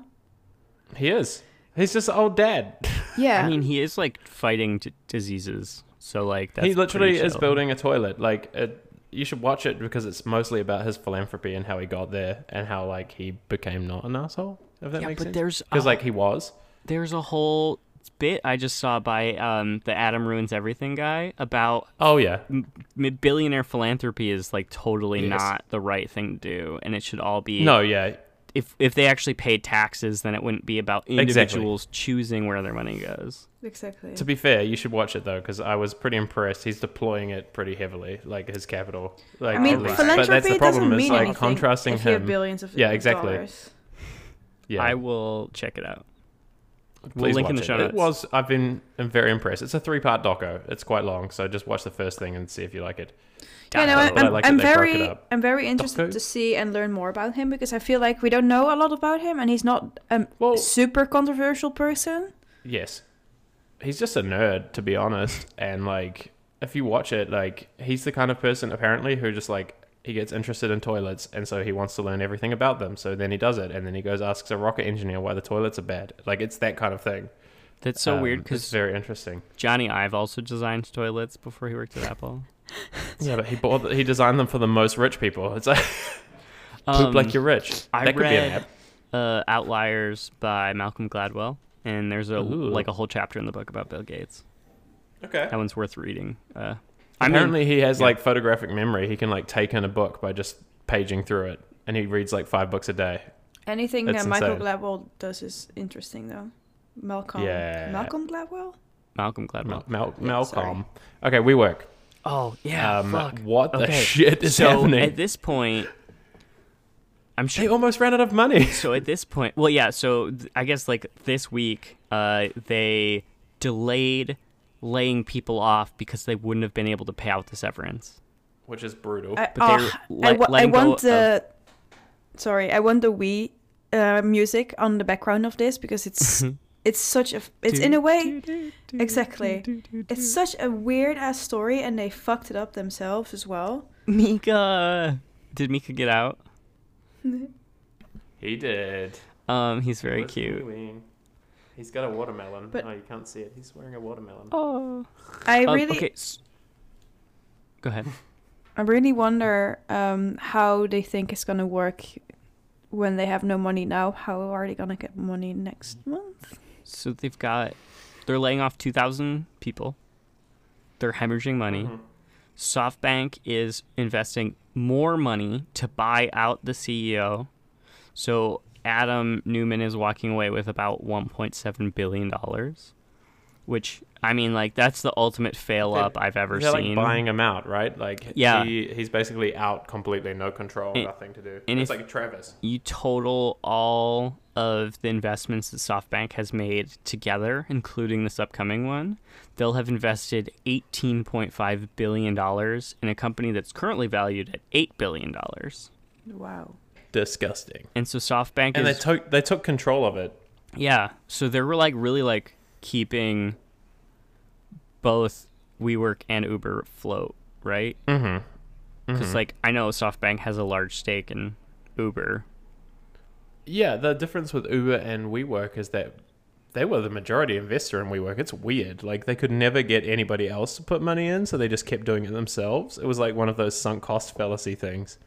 A: He is. He's just an old dad.
C: Yeah,
B: I mean, he is like fighting d- diseases. So like, that's
A: he literally
B: pretty
A: is
B: chill.
A: building a toilet. Like it, you should watch it because it's mostly about his philanthropy and how he got there and how like he became not an asshole. If that
B: Yeah,
A: makes
B: but
A: sense.
B: there's
A: because
B: a-
A: like he was.
B: There's a whole bit I just saw by um, the Adam ruins everything guy about
A: Oh yeah,
B: m- m- billionaire philanthropy is like totally
A: Yes.
B: not the right thing to do, and it should all be
A: no, yeah,
B: If if they actually paid taxes, then it wouldn't be about
A: Exactly.
B: individuals choosing where their money goes.
C: exactly.
A: To be fair, you should watch it though, because I was pretty impressed. He's deploying it pretty heavily, like his capital. Like,
C: I mean,
A: at least. but
C: philanthropy
A: that's the problem
C: doesn't
A: is
C: mean
A: like
C: anything
A: contrasting
C: if you have
A: him.
C: billions of
A: Yeah, exactly.
C: dollars.
A: yeah,
B: I will check it out. we'll
A: please
B: link in
A: watch
B: the show
A: it.
B: notes.
A: It was. I've been. I'm very impressed. It's a three-part doco. It's quite long, so just watch the first thing and see if you like it.
C: yeah, no,
A: But
C: I'm,
A: I
C: I'm,
A: like that they broke it
C: very,
A: up.
C: I'm very interested
A: Docco?
C: to see and learn more about him because I feel like we don't know a lot about him, and he's not a
A: Well-
C: super controversial person.
A: Yes. He's just a nerd, to be honest. And like, if you watch it, like, he's the kind of person apparently who just like he gets interested in toilets, and so he wants to learn everything about them. So then he does it, and then he goes asks a rocket engineer why the toilets are bad. Like, it's that kind of thing.
B: That's so
A: Um,
B: weird 'cause weird
A: it's
B: because
A: very interesting.
B: Johnny Ive also designed toilets before he worked at Apple.
A: Yeah, but he bought he designed them for the most rich people. It's like poop
B: Um,
A: like you're rich.
B: I
A: that could be an
B: read-
A: app.
B: uh, Outliers by Malcolm Gladwell, and there's a
A: Ooh.
B: like a whole chapter in the book about Bill Gates.
A: Okay.
B: That one's worth reading. Uh, I mean,
A: Apparently, he has
B: yeah.
A: like photographic memory. He can like take in a book by just paging through it, and he reads like five books a day.
C: Anything
A: That's
C: that Michael
A: insane.
C: Gladwell does is interesting, though. Malcolm,
A: Yeah.
C: Malcolm Gladwell.
B: Malcolm
A: Mal-
B: Gladwell.
A: Mal-
C: Yeah, sorry.
A: Malcolm. Okay, we work.
B: Oh yeah,
A: Um,
B: fuck.
A: what the
B: Okay,
A: shit is
B: so
A: happening?
B: at this point? I'm
A: they
B: sure.
A: almost ran out of money.
B: so at this point, well, yeah. So th- I guess like this week, uh, they delayed laying people off because they wouldn't have been able to pay out the severance.
A: Which is brutal.
C: I,
B: But they
C: oh,
B: were
C: I,
B: let-
C: wa- I
B: letting go
C: want the. Sorry, I want the Wii uh, music on the background of this because it's it's such a f- it's in a way exactly it's such a weird ass story and they fucked it up themselves as well.
B: Mika. Did Mika get out?
A: he did.
B: Um, he's very cute.
A: He's got a watermelon.
C: But-
A: oh, you can't see it. He's wearing a watermelon.
B: Oh.
C: I really
B: okay. s- Go ahead.
C: I really wonder um, how they think it's gonna work when they have no money now. How are they gonna get money next month?
B: So they've got they're laying off 2000 people. They're hemorrhaging money.
A: Mm-hmm.
B: SoftBank is investing more money to buy out the CEO. So Adam Newman is walking away with about 1.7 billion dollars, which I mean like that's the ultimate fail
A: They-
B: up I've ever
A: They're
B: seen.
A: like buying him out, right? Like,
B: Yeah.
A: he, he's basically out completely, no control,
B: And-
A: nothing to do.
B: and
A: it's
B: if-
A: like Travis.
B: you total all of the investments that SoftBank has made together, including this upcoming one, they'll have invested $18.5 billion in a company that's currently valued at $8 billion.
C: Wow.
A: Disgusting.
B: And so SoftBank
A: And they
B: is.
A: took they took control of it.
B: yeah. So they were like really like keeping both WeWork and Uber afloat, right?
A: Mm-hmm.
B: Because like I know SoftBank has a large stake in Uber.
A: Yeah, the difference with Uber and WeWork is that they were the majority investor in WeWork. It's weird. Like they could never get anybody else to put money in, so they just kept doing it themselves. It was like one of those sunk cost fallacy things.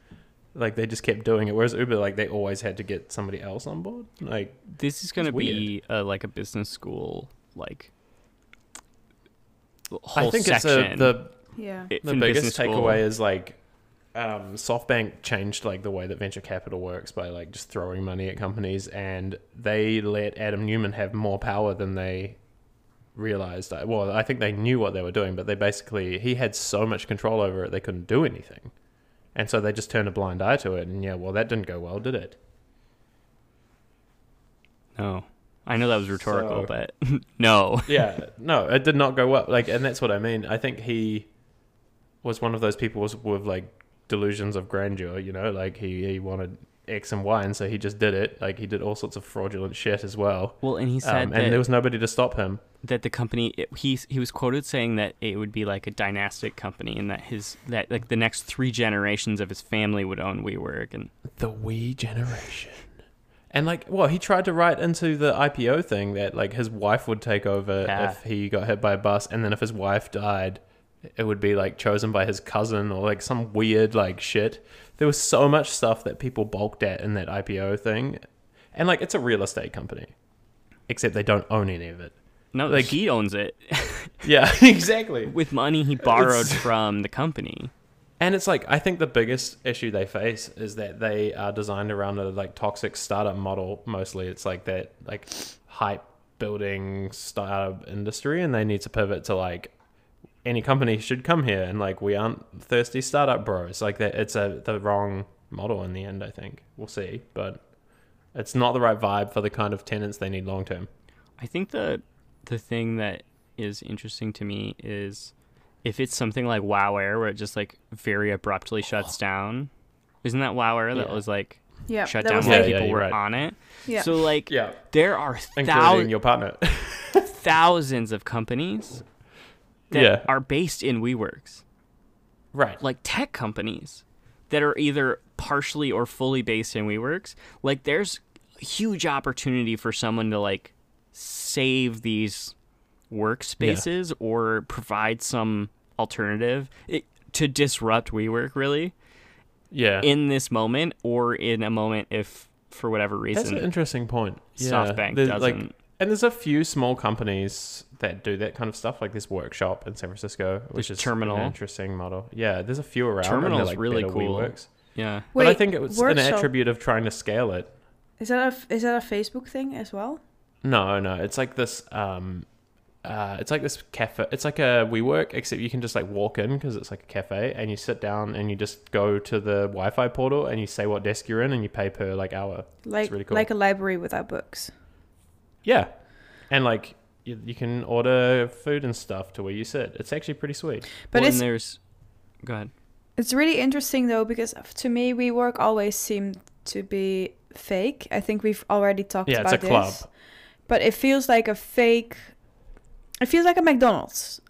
A: Like they just kept doing it. Whereas Uber, like they always had to get somebody else on board. Like
B: This is going to
A: It's
B: be uh, like a business school like whole
A: I think
B: section.
A: it's a, the
C: Yeah.
B: It-
A: the
B: from
A: biggest
B: business
A: takeaway is like um, SoftBank changed like the way that venture capital works by like just throwing money at companies, and they let Adam Newman have more power than they realized. I- Well, I think they knew what they were doing, but they basically he had so much control over it they couldn't do anything, and so they just turned a blind eye to it. And yeah, well, that didn't go well, did it?
B: no. I know that was rhetorical,
A: So-
B: but no.
A: yeah, no, it did not go well. Like, and that's what I mean. I think he was one of those people with- with like delusions of grandeur. You know, like he he wanted X and Y, and so he just did it. Like he did all sorts of fraudulent shit as well.
B: Well, and he said
A: Um,
B: that,
A: and there was nobody to stop him.
B: that the company it, he he was quoted saying that it would be like a dynastic company and that his that like the next 3 generations of his family would own WeWork and
A: The we generation. And like, well, he tried to write into the IPO thing that like his wife would take over
B: Yeah.
A: if he got hit by a bus, and then if his wife died, it would be like chosen by his cousin or like some weird like shit. There was so much stuff that people balked at in that IPO thing, and like it's a real estate company, except they don't own any of it.
B: no,
A: Like-
B: he owns it
A: Yeah, exactly.
B: with money he borrowed
A: It's-
B: from the company.
A: And it's like I think the biggest issue they face is that they are designed around a like toxic startup model mostly. It's like that like hype building startup industry and they need to pivot to like any company should come here and like we aren't thirsty startup bros. Like that it's a the wrong model in the end, I think. We'll see. But it's not the right vibe for the kind of tenants they need long term.
B: I think the the thing that is interesting to me is if it's something like WoW Air where it just like very abruptly shuts down, isn't that WoW Air that
A: Oh. Yeah.
B: was like
C: Yeah,
B: shut
C: that
B: down
C: was
B: when
A: Yeah,
C: like,
A: yeah,
B: people
A: you're
B: were
A: right.
B: on it?
C: Yeah.
B: So like
A: Yeah.
B: there are
A: including
B: thou-
A: your partner.
B: thousands of companies that
A: Yeah.
B: are based in WeWorks,
A: right.
B: like tech companies that are either partially or fully based in WeWorks. Like there's huge opportunity for someone to like save these workspaces or provide some alternative it, to disrupt WeWork really
A: yeah.
B: in this moment or in a moment if for whatever
A: That's an
B: reason
A: interesting point. Yeah.
B: SoftBank
A: There's,
B: doesn't.
A: and there's a few small companies that do that kind of stuff. Like this workshop in San Francisco, which
B: There's
A: is
B: Terminal.
A: an interesting model. Yeah, there's a few around. and they're,
B: Terminal's
A: like,
B: really
A: better
B: cool.
A: WeWorks.
B: yeah
A: But I
C: Wait,
A: think it was an
C: Workshop-
A: attribute of trying to scale it.
C: Is that a is that a Facebook thing as well?
A: No, no, it's like this. Um, uh, it's like this cafe. It's like a WeWork, except you can just like walk in because it's like a cafe, and you sit down and you just go to the Wi-Fi portal and you say what desk you're in, and you pay per like hour.
C: Like
A: really cool.
C: like a library without books.
A: Yeah, and like you, you can order food and stuff to where you sit. It's actually pretty sweet.
C: But
B: Well, and
C: it's
B: there's go ahead
C: It's really interesting though because to me WeWork always seemed to be fake. I think we've already talked
A: yeah, it's a
C: about this.
A: club.
C: But it feels like a fake it feels like a McDonald's.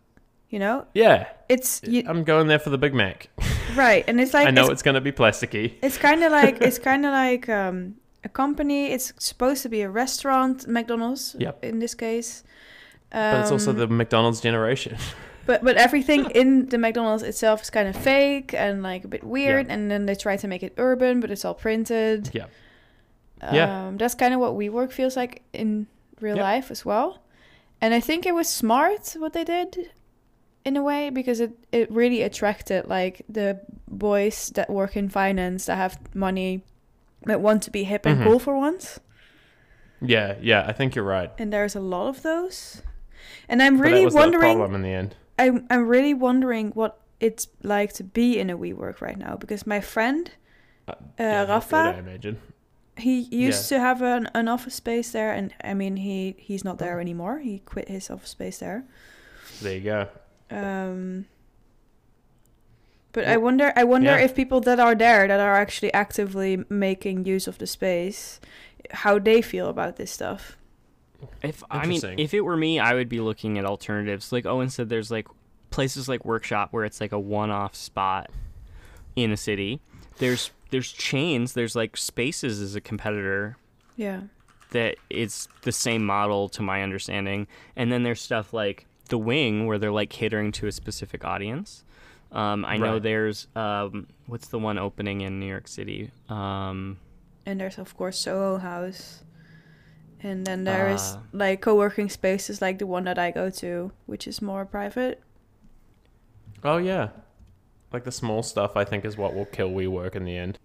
C: You know?
A: Yeah,
C: It's you,
A: I'm going there for the Big Mac.
C: right and it's like
A: I know
C: it's,
A: it's, gonna be plasticky.
C: it's kind of like it's kind of like um a company. It's supposed to be a restaurant, McDonald's
A: Yep.
C: in this case.
A: But it's also
C: Um,
A: the McDonald's generation.
C: But but everything in the McDonald's itself is kind of fake and like a bit weird,
A: Yeah.
C: and then they try to make it urban, but it's all printed.
A: Yeah.
C: Um,
A: Yeah.
C: That's kind of what WeWork feels like in real
A: Yeah.
C: life as well, and I think it was smart what they did, in a way because it it really attracted like the boys that work in finance that have money, that want to be hip and
A: Mhm.
C: cool for once,
A: yeah, yeah. I think you're right.
C: and there's a lot of those, and I'm
A: but that
C: really
A: was the
C: wondering
A: problem in the end.
C: I'm I'm really wondering what it's like to be in a WeWork right now because my friend
A: Uh,
C: uh,
A: Yeah, not good, I
C: Rafa
A: imagine.
C: he used to have an, an office space there and I mean he he's not
A: Oh.
C: there anymore he quit his office space there
A: There you go.
C: um but
A: Yeah.
C: I wonder I wonder
A: Yeah.
C: if people that are there that are actually actively making use of the space how they feel about this stuff
B: If I mean,
A: Interesting.
B: if it were me, I would be looking at alternatives. Like Owen said, there's like places like Workshop where it's like a one-off spot in a city. There's there's chains. There's like Spaces as a competitor
C: yeah
B: that it's the same model to my understanding. And then there's stuff like The Wing where they're like catering to a specific audience. Um, I know
A: Right.
B: there's um, what's the one opening in New York City? Um,
C: and there's of course Soho House, and then there is
B: Ah.
C: like co-working spaces like the one that I go to, which is more private.
A: Oh yeah, like the small stuff. I think is what will kill WeWork in the end.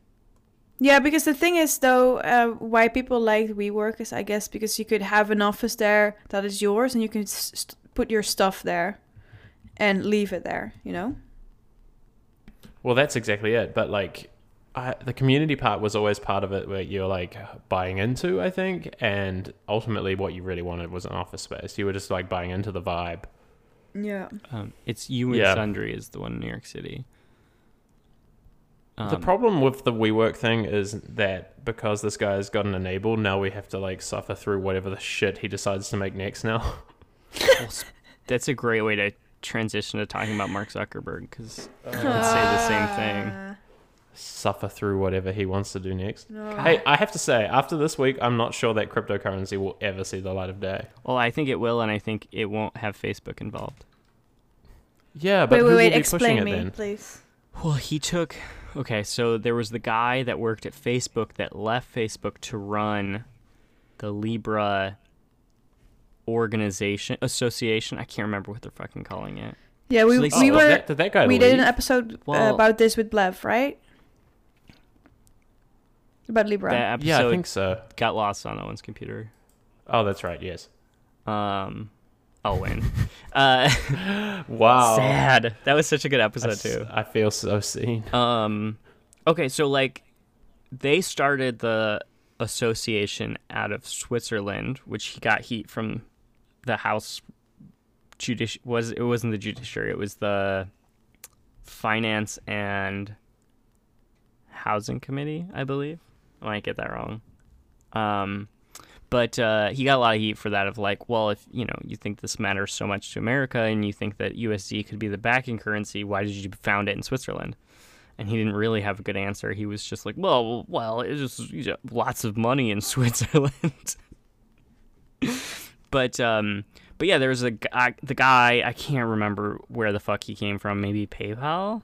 C: Yeah, because the thing is though, uh, why people like WeWork is I guess because you could have an office there that is yours, and you can s- st- put your stuff there, and leave it there. You know?
A: Well, that's exactly it. But like, I, the community part was always part of it, where you're like buying into. I think, and ultimately, what you really wanted was an office space. You were just like buying into the vibe.
C: Yeah.
B: um, it's You and
A: Yeah.
B: Sundry is the one in New York City.
A: the
B: Um,
A: problem with the WeWork thing is that because this guy's got an enable, now we have to like suffer through whatever the shit he decides to make next. Now,
B: Well, s- That's a great way to transition to talking about Mark Zuckerberg because I would say the
A: Ah.
B: same thing.
A: suffer through whatever he wants to do next.
C: Ah, No.
A: Hey, I have to say, after this week, I'm not sure that cryptocurrency will ever see the light of day.
B: Well, I think it will, and I think it won't have Facebook involved.
A: Yeah, but
C: Wait,
A: who
C: wait,
A: will
C: wait!
A: be pushing
C: Explain
A: it
C: me,
A: then?
C: please.
B: Well, he took. Okay, so there was the guy that worked at Facebook that left Facebook to run the Libra organization association. I can't remember what they're fucking calling it.
C: Yeah, we,
B: So they
A: Oh,
C: we
A: did
B: sold
C: were
A: that, did that guy
C: we
A: leave?
C: did an episode uh,
B: Well-
C: about this with Blev, right? About Libra.
B: That episode
A: yeah, I think so.
B: got lost on Owen's computer.
A: Oh, that's right. Yes.
B: Um, Owen. uh,
A: Wow.
B: sad. That was such a good
A: I,
B: episode
A: s-
B: too.
A: I feel so seen.
B: Um, okay, so like they started the association out of Switzerland, which he got heat from the House judici- was it wasn't the judiciary it was the finance and housing committee i believe i might get that wrong um but uh, he got a lot of heat for that of like well if you know you think this matters so much to america and you think that usd could be the backing currency why did you found it in switzerland and he didn't really have a good answer he was just like well well it's just you know, lots of money in switzerland but um but yeah there was a guy the guy i can't remember where the fuck he came from maybe paypal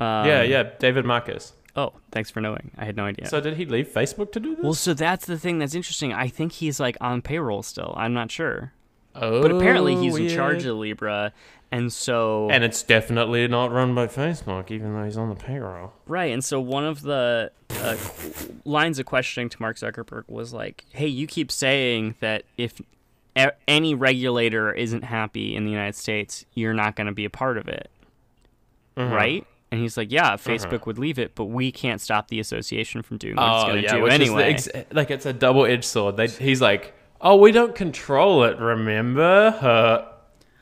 B: um,
A: yeah, yeah, David Marcus.
B: oh thanks for knowing i had no idea
A: So did he leave Facebook to do this?
B: well so that's the thing that's interesting i think he's like on payroll still i'm not sure
A: oh,
B: but apparently he's in charge
A: weird.
B: of libra and so
A: And it's definitely not run by Facebook, even though he's on the payroll.
B: Right, and so one of the uh, lines of questioning to Mark Zuckerberg was like, "Hey, you keep saying that if a- any regulator isn't happy in the United States, you're not going to be a part of it,
A: Mm-hmm.
B: right?" And he's like, "Yeah, Facebook would leave it, but we can't stop the association from doing what it's going to do
A: Oh, which is the
B: anyway."
A: ex- like it's a double-edged sword. They, he's like, oh, we don't control it. Remember, Huh.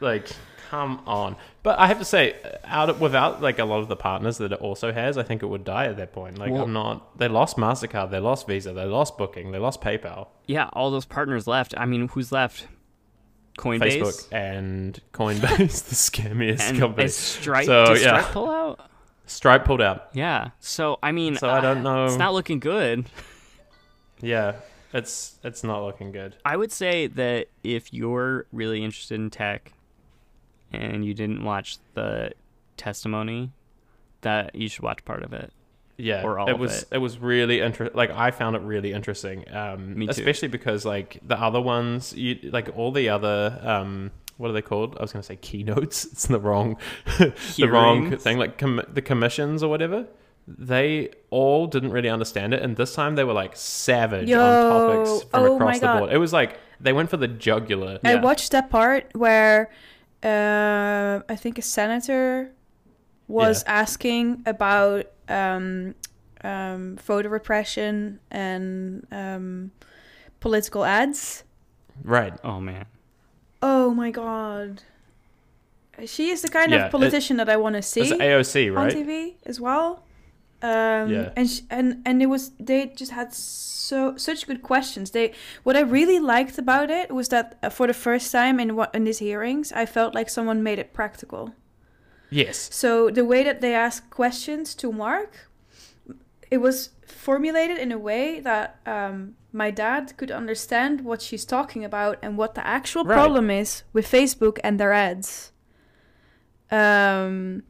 A: like, come on. But I have to say, out of, without like a lot of the partners that it also has, I think it would die at that point. Like,
B: Well-
A: I'm not. They lost Mastercard. They lost Visa. They lost Booking. They lost PayPal,
B: yeah, all those partners left. I mean, who's left? Coinbase
A: Facebook, and Coinbase, the scammiest
B: and
A: company.
B: is Stripe.
A: So
B: did
A: yeah,
B: Stripe pull out?
A: Stripe pulled out.
B: Yeah. So I mean,
A: So I don't
B: uh, It's
A: know.
B: not looking good.
A: Yeah, it's it's not looking good.
B: I would say that if you're really interested in tech and you didn't watch the testimony, that you should watch part of it.
A: yeah
B: or all
A: it
B: of
A: was
B: it.
A: it. was really interesting like i found it really interesting um
B: Me too.
A: especially because like the other ones you like all the other um what are they called i was going to say keynotes it's the wrong the wrong
B: Hearings?
A: thing like com- the commissions or whatever they all didn't really understand it and this time they were like savage on
C: Yo,
A: topics from
C: oh
A: across
C: my
A: the
C: God.
A: board it was like they went for the jugular
B: Yeah.
C: I watched that part where uh, I think a senator was asking about um, um, voter repression and um, political ads.
A: right
B: Oh man.
C: Oh my god. She is the kind
A: Yeah, it-
C: of politician that I want to
A: it's
C: see
A: aoc
C: on
A: right
C: TV as well. Um,
A: Yeah.
C: and sh- and and it was they just had so such good questions. They what I really liked about it was that uh, for the first time in what in these hearings, I felt like someone made it practical.
A: yes
C: So the way that they asked questions to Mark, it was formulated in a way that um, my dad could understand what she's talking about and what the actual
A: Right.
C: problem is with Facebook and their ads. Um,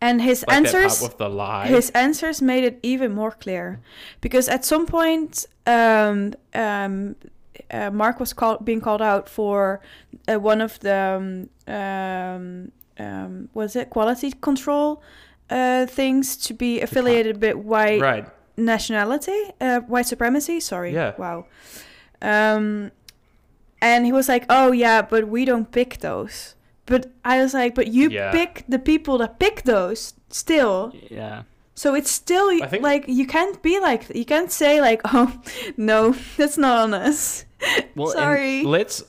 C: and his
A: like that
C: answers
A: part with the lie
C: his answers made it even more clear because at some point um, um, uh, mark was called being called out for uh, one of the um, um, um, was it quality control uh, things to be affiliated with white
A: right
C: nationality, uh, white supremacy. Sorry.
A: Yeah.
C: Wow. Um, and he was like, "Oh yeah, but we don't pick those." But I was like, "But you
A: Yeah.
C: pick the people that pick those still."
B: Yeah.
C: So it's still
A: I think-
C: like you can't be like you can't say like, "Oh no, that's not on us."
B: Well, and-
C: Sorry.
A: let's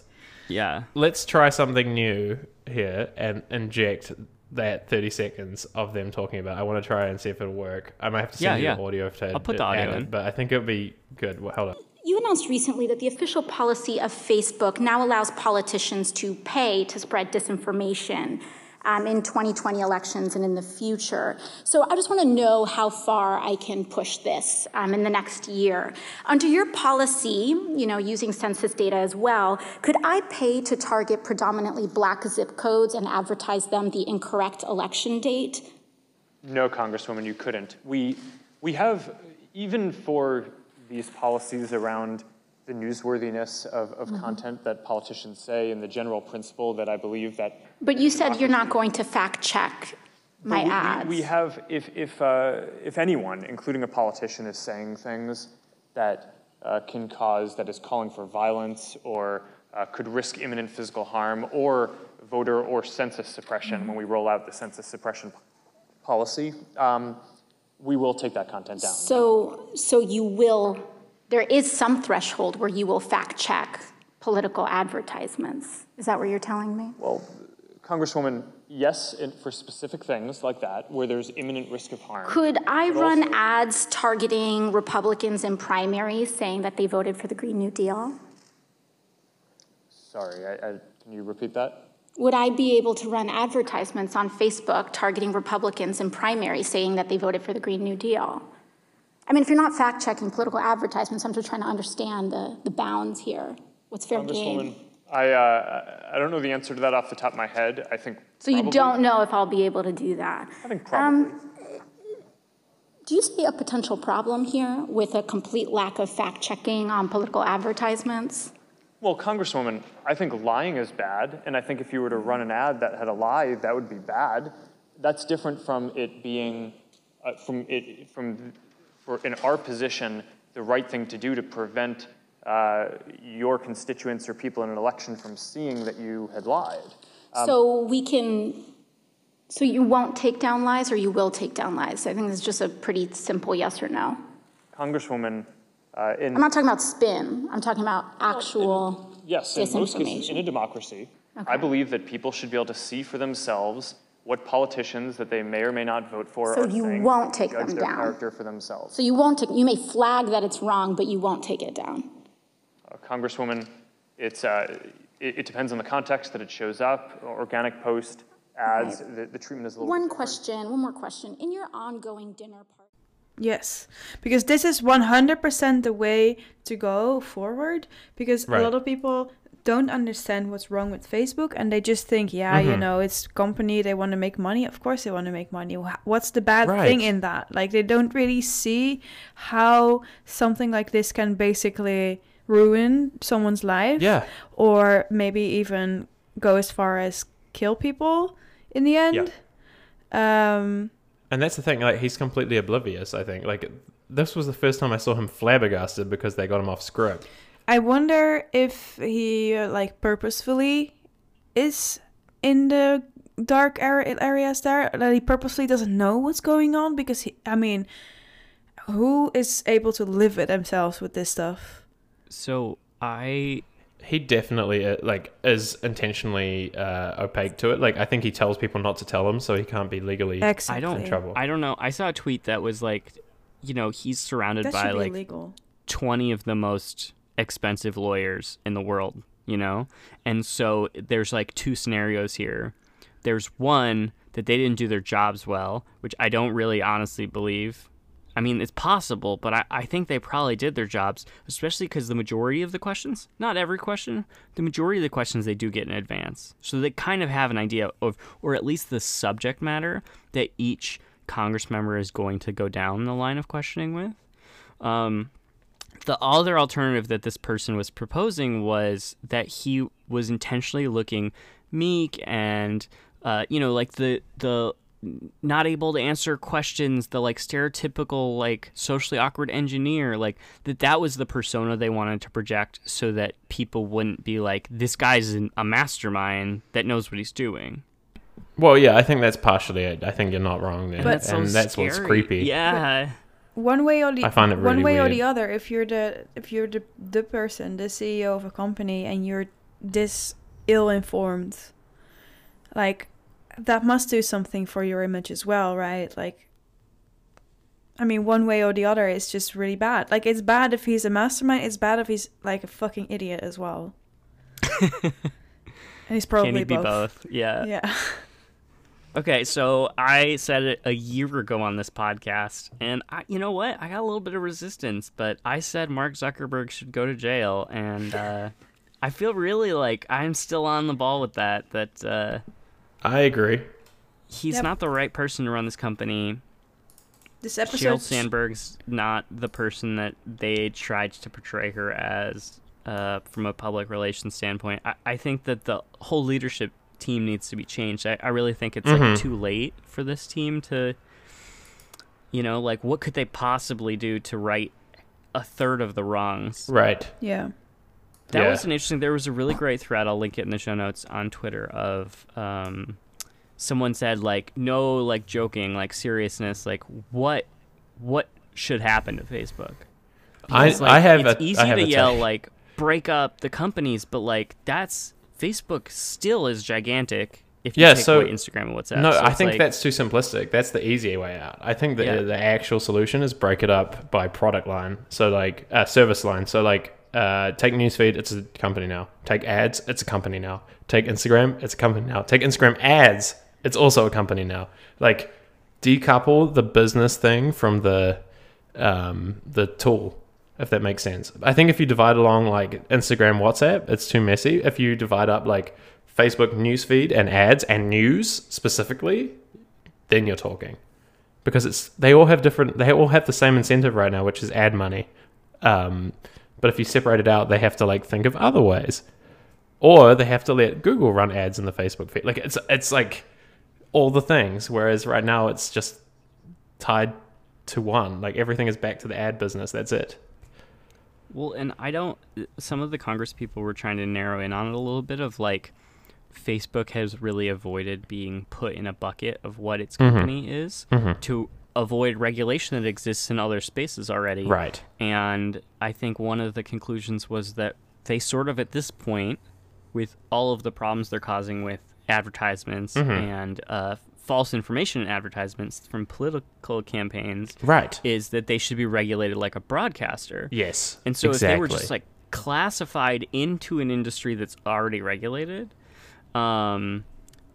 B: Yeah.
A: let's try something new here and inject that 30 seconds of them talking about it. I want to try and see if it'll work. I might have to send
B: Yeah,
A: you
B: yeah.
A: audio to
B: I'll put
A: it-
B: the audio
A: add it,
B: in.
A: but I think it'll be good. Well, hold on.
D: You announced recently that the official policy of Facebook now allows politicians to pay to spread disinformation um, in 2020 elections and in the future. So I just want to know how far I can push this um, in the next year. Under your policy, you know, using census data as well, could I pay to target predominantly black zip codes and advertise them the incorrect election date?
E: No, Congresswoman, you couldn't. We, we have, even for these policies around the newsworthiness of, of content that politicians say and the general principle that I believe that
D: But you said you're not going to fact check my
E: we, we-
D: ads.
E: We have, if, if, uh, if anyone, including a politician, is saying things that uh, can cause, that is calling for violence or uh, could risk imminent physical harm or voter or census suppression
D: Mm-hmm.
E: when we roll out the census suppression p- policy, um, we will take that content down.
D: So, so you will, there is some threshold where you will fact check political advertisements. Is that what you're telling me?
E: Well, Congresswoman, yes, and for specific things like that, where there's imminent risk of harm.
D: Could I run ads targeting Republicans in primaries saying that they voted for the Green New Deal?
E: Sorry, I, I, can you repeat that?
D: Would I be able to run advertisements on Facebook targeting Republicans in primaries saying that they voted for the Green New Deal? I mean, if you're not fact checking political advertisements, I'm just trying to understand the, the bounds here. What's fair game?
E: Congresswoman, I, uh, I don't know the answer to that off the top of my head. I think.
D: So you
E: probably-
D: don't know if I'll be able to do that. Um,
E: I think probably.
D: Do you see a potential problem here with a complete lack of fact checking on political advertisements?
E: Well, Congresswoman, I think lying is bad, and I think if you were to run an ad that had a lie, that would be bad. That's different from it being, uh, from it, from, for in our position, the right thing to do to prevent uh, your constituents or people in an election from seeing that you had lied.
D: so we can, so you won't take down lies or you will take down lies? I think it's just a pretty simple yes or no.
E: Congresswoman, uh, in
D: I'm not talking about spin, I'm talking about actual.
E: Yes, in most cases,
D: Disinformation.
E: in a democracy, I believe that people should be able to see for themselves what politicians that they may or may not vote for
D: So
E: are
D: you
E: saying,
D: won't take
E: judge
D: them
E: their
D: down.
E: character for themselves.
D: So you won't take, you may flag that it's wrong, but you won't take it down.
E: Uh, Congresswoman, it's, uh, it, it depends on the context that it shows up. Organic post ads, the, the treatment is a little
D: One
E: bit different.
D: question, one more question. In your ongoing dinner party,
C: Yes, because this is 100% the way to go forward. Because
A: Right.
C: a lot of people don't understand what's wrong with Facebook and they just think, yeah,
A: Mm-hmm.
C: you know, it's company, they want to make money. Of course, they want to make money. Wh- What's the bad
A: Right.
C: thing in that? Like, they don't really see how something like this can basically ruin someone's life
A: Yeah.
C: or maybe even go as far as kill people in the end. Um,
A: And that's the thing, like he's completely oblivious, I think. Like this was the first time I saw him flabbergasted because they got him off script.
C: I wonder if he uh, like purposefully is in the dark ar- areas there that he purposely doesn't know what's going on because he, I mean, who is able to live with themselves with this stuff?
B: So I
A: He definitely uh, like is intentionally uh, opaque to it. Like I think he tells people not to tell him so he can't be legally
C: Exactly.
A: in trouble.
B: I don't know. I saw a tweet that was like, you know, he's surrounded
C: That
B: by
C: should be
B: like
C: illegal.
B: 20 of the most expensive lawyers in the world, you know? And so there's like two scenarios here. There's one that they didn't do their jobs well, which I don't really honestly believe. I mean, it's possible, but I, I think they probably did their jobs, especially because the majority of the questions, not every question, the majority of the questions they do get in advance. So they kind of have an idea of, or at least the subject matter that each Congress member is going to go down the line of questioning with the other alternative that this person was proposing was that he was intentionally looking meek and uh, you know like the the not able to answer questions the like stereotypical like socially awkward engineer like that that was the persona they wanted to project so that people wouldn't be like this guy's an, a mastermind that knows what he's doing
A: Well, yeah, I think that's partially it. I think you're not wrong there.
B: that's so
A: and that's what's
B: scary.
A: creepy.
B: yeah
C: one way or the
A: I find it
C: one
A: really
C: way or
A: weird.
C: the other if you're the if you're the the person the CEO of a company and you're this ill informed like that must do something for your image as well right like I mean one way or the other it's just really bad like it's bad if he's a mastermind it's bad if he's like a fucking idiot as well and he's probably
B: can he be
C: both.
B: both yeah
C: yeah
B: Okay, so I said it a year ago on this podcast, and I, you know what? I got a little bit of resistance, but I said Mark Zuckerberg should go to jail, and uh, I feel really like I'm still on the ball with that. That uh,
A: I agree.
B: he's
C: Yep.
B: not the right person to run this company.
C: this
B: Sheryl
C: episode
B: Sandberg's not the person that they tried to portray her as uh, from a public relations standpoint. I, I think that the whole leadership team needs to be changed. I, I really think it's like too late for this team to, you know, like what could they possibly do to right a third of the wrongs?
A: Right.
C: yeah
B: That
A: Yeah.
B: was an interesting. There was a really great thread. I'll link it in the show notes on Twitter of um, someone said like no like joking like seriousness like what what should happen to Facebook?
A: I,
B: It's like,
A: I have
B: it's
A: a,
B: easy
A: I have
B: to
A: a
B: yell
A: take.
B: like break up the companies, but like that's Facebook still is gigantic. If you
A: Yeah,
B: take
A: so-
B: away Instagram and WhatsApp,
A: No,
B: So
A: I
B: it's
A: think
B: like-
A: that's too simplistic. That's the easier way out. I think the
B: Yeah.
A: the actual solution is break it up by product line. So like uh, service line. So like uh, take newsfeed, it's a company now. Take ads, it's a company now. Take Instagram, it's a company now. Take Instagram ads, it's also a company now. Like decouple the business thing from the um, the tool, if that makes sense. I think if you divide along like Instagram, WhatsApp, it's too messy. If you divide up like Facebook newsfeed and ads and news specifically, then you're talking because it's they all have different they all have the same incentive right now which is ad money um, but if you separate it out they have to like think of other ways or they have to let google run ads in the facebook feed like it's it's like all the things whereas right now it's just tied to one like everything is back to the ad business that's it
B: Well, and I don't. Some of the Congress people were trying to narrow in on it a little bit of like, Facebook has really avoided being put in a bucket of what its
A: Mm-hmm.
B: company is to avoid regulation that exists in other spaces already.
A: Right.
B: And I think one of the conclusions was that they sort of, at this point, with all of the problems they're causing with advertisements
A: Mm-hmm.
B: and uh, false information in advertisements from political campaigns,
A: right
B: is that they should be regulated like a broadcaster.
A: yes
B: And so
A: exactly.
B: if they were just like classified into an industry that's already regulated, um,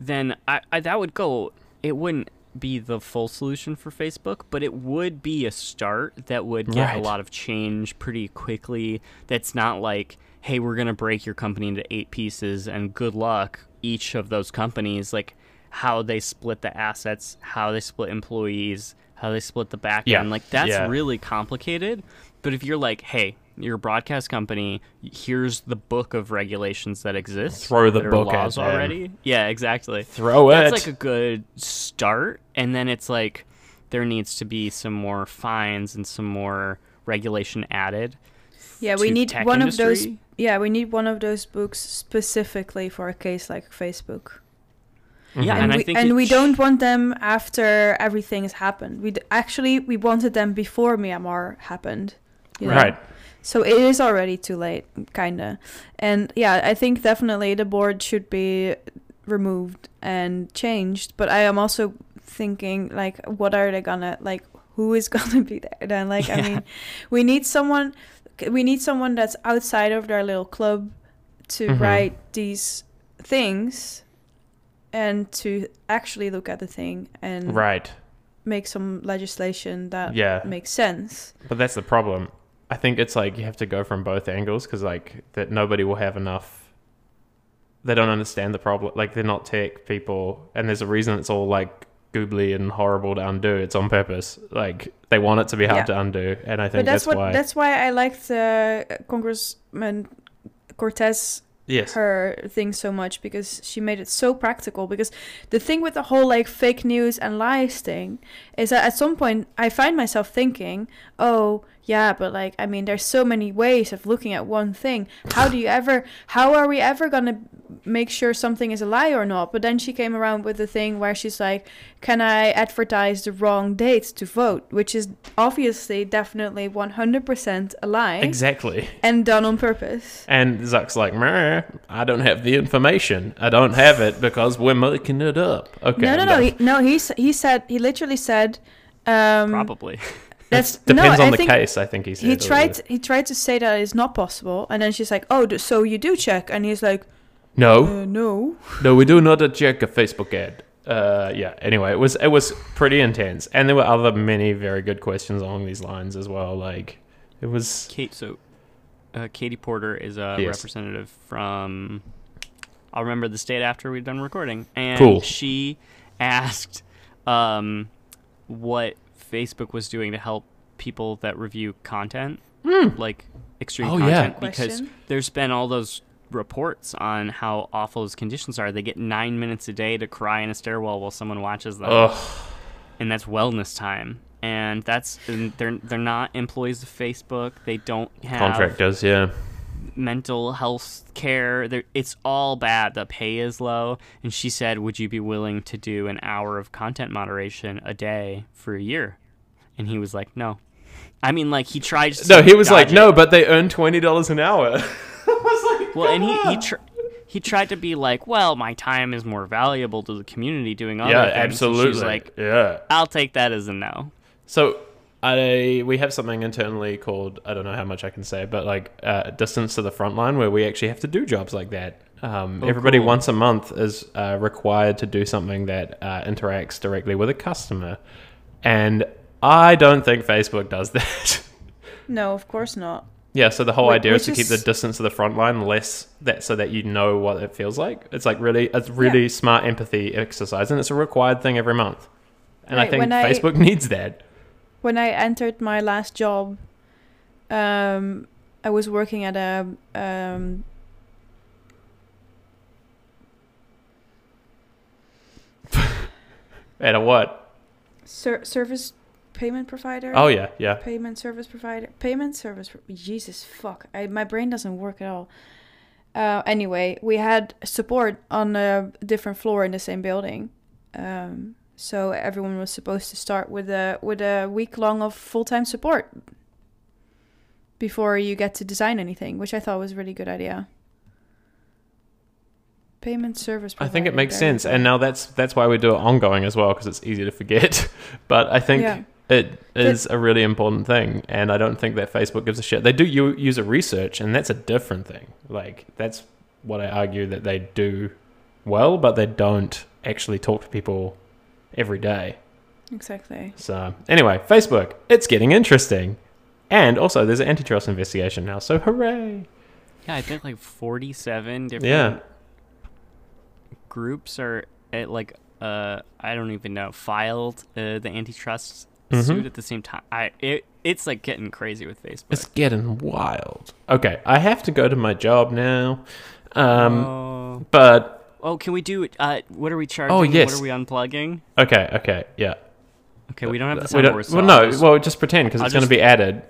B: then I, I that would go. It wouldn't be the full solution for Facebook, but it would be a start that would get a
A: Right.
B: lot of change pretty quickly. That's not like, hey, we're gonna break your company into eight pieces and good luck each of those companies. Like how they split the assets, how they split employees, how they split the back
A: Yeah.
B: end. Like that's
A: Yeah.
B: really really complicated. But if you're like, hey, you're a broadcast company, here's the book of regulations that exist.
A: Throw the
B: that are
A: book at
B: laws
A: them.
B: already. Yeah, exactly.
A: Throw
B: That's
A: it.
B: like a good start, and then it's like there needs to be some more fines and some more regulation added.
C: Yeah, we
B: to
C: need
B: tech
C: one of those.
B: industry?
C: Yeah, we need one of those books specifically for a case like Facebook.
A: Mm-hmm.
B: Yeah, and,
C: and, we,
B: I think
C: and
B: it
C: we
B: sh-
C: don't want them after everything has happened. We d- actually we wanted them before Myanmar happened. you know?
A: right
B: Mm-hmm.
C: So it is already too late, kinda. And yeah, I think definitely the board should be removed and changed. But I am also thinking like, what are they gonna like? Who is gonna be there then? Like, I mean, we need someone. We need someone that's outside of their little club to
A: Mhm.
C: write these things and to actually look at the thing and
A: right
C: make some legislation that
A: Yeah.
C: makes sense.
A: But that's the problem. I think it's like you have to go from both angles because like that nobody will have enough. They don't understand the problem. Like they're not tech people, and there's a reason it's all like googly and horrible to undo. It's on purpose. Like they want it to be hard
C: Yeah.
A: to undo, and I
C: But
A: think
C: that's,
A: that's,
C: what
A: why.
C: that's why I liked uh, Congressman Cortez
A: yes.
C: her thing so much because she made it so practical because the thing with the whole like fake news and lies thing is that at some point I find myself thinking, "Oh, yeah, but like I mean there's so many ways of looking at one thing. How do you ever how are we ever going to make sure something is a lie or not?" But then she came around with the thing where she's like, "Can I advertise the wrong date to vote?" which is obviously definitely 100% a lie
A: exactly.
C: and done on purpose.
A: And Zuck's like, Meh, I don't have the information. I don't have it because we're making it up. Okay.
C: No, no,
A: I'm
C: no.
A: done.
C: He, no, he s- he said he literally said. Um,
B: probably.
C: That's
A: Depends
C: no,
A: on
C: I
A: the
C: think
A: case. I think he said.
C: He
A: or the-
C: tried. He tried to say that it's not possible, and then she's like, "Oh, d- so you do check?" And he's like,
A: No.
C: uh, "No."
A: No, we do not check a Facebook ad. Uh, yeah. Anyway, it was it was pretty intense, and there were other many very good questions along these lines as well. Like it was
B: Kate, so uh, Katie Porter is a
A: Yes.
B: representative from. I'll remember the state after we're done recording, and
A: Cool.
B: she asked um, what Facebook was doing to help people that review content, like extreme
A: Hmm. Oh, yeah.
B: content, because
C: Question.
B: there's been all those reports on how awful those conditions are. They get nine minutes a day to cry in a stairwell while someone watches them
A: ugh,
B: and that's wellness time. And that's and they're they're not employees of Facebook. They don't have
A: contractors. Yeah,
B: mental health care. They're, it's all bad. The pay is low. And she said, "Would you be willing to do an hour of content moderation a day for a year?" And he was like, "No." I mean, like he tried. To
A: no, he was
B: dodge
A: like,
B: it.
A: no, but they earn twenty dollars an hour.
B: Well, and he he, tr- he tried to be like, well, my time is more valuable to the community doing other
A: yeah,
B: things. And
A: absolutely.
B: She's like,
A: yeah.
B: I'll take that as a no.
A: So I we have something internally called I don't know how much I can say, but like uh, distance to the front line, where we actually have to do jobs like that.
C: Oh,
A: Um, everybody
B: cool.
A: once a month is uh, required to do something that uh, interacts directly with a customer, and I don't think Facebook does that.
C: No, of course not.
A: Yeah, so the whole
C: Wh-
A: idea is to
C: which
A: keep the
C: is-
A: distance to the front line less that so that you know what it feels like. It's like really it's really smart empathy exercise and it's a required thing every month. And I
C: Right,
A: think
C: when I-
A: Facebook needs that.
C: when I entered my last job, um, I was working at a um,
A: At a what?
C: ser- service payment provider.
A: Oh yeah, yeah.
C: Payment service provider. Payment service. pro- Jesus fuck! I, my brain doesn't work at all. Uh, anyway, we had support on a different floor in the same building, um, so everyone was supposed to start with a with a week long of full time support before you get to design anything, which I thought was a really good idea. Payment service.
A: I
C: Provider,
A: think it makes
C: there we
A: sense.
C: go.
A: And now that's that's why we do it ongoing as well because it's easy to forget. But I think
C: Yeah.
A: it is a really important thing and I don't think that Facebook gives a shit. They do u- user research and that's a different thing. Like that's what I argue that they do well, but they don't actually talk to people every day.
C: exactly.
A: So anyway, Facebook, it's getting interesting. And also there's an antitrust investigation now, so hooray.
B: Yeah, I think like 47 different
A: Yeah.
B: groups are at like uh I don't even know filed uh, the antitrust
A: Mhm.
B: suit at the same time. I it, it's like getting crazy with Facebook.
A: It's getting wild. Okay, I have to go to my job now. Um
B: oh.
A: But
B: oh, can we do? Uh, what are we charging?
A: Oh, yes.
B: What are we unplugging?
A: okay, okay, yeah.
B: Okay, we don't have the
A: Uh, We
B: soundboard.
A: don't,
B: so
A: well,
B: I'll
A: no,
B: just-
A: well, just pretend because
B: I'll
A: it's going to
B: just-
A: be added.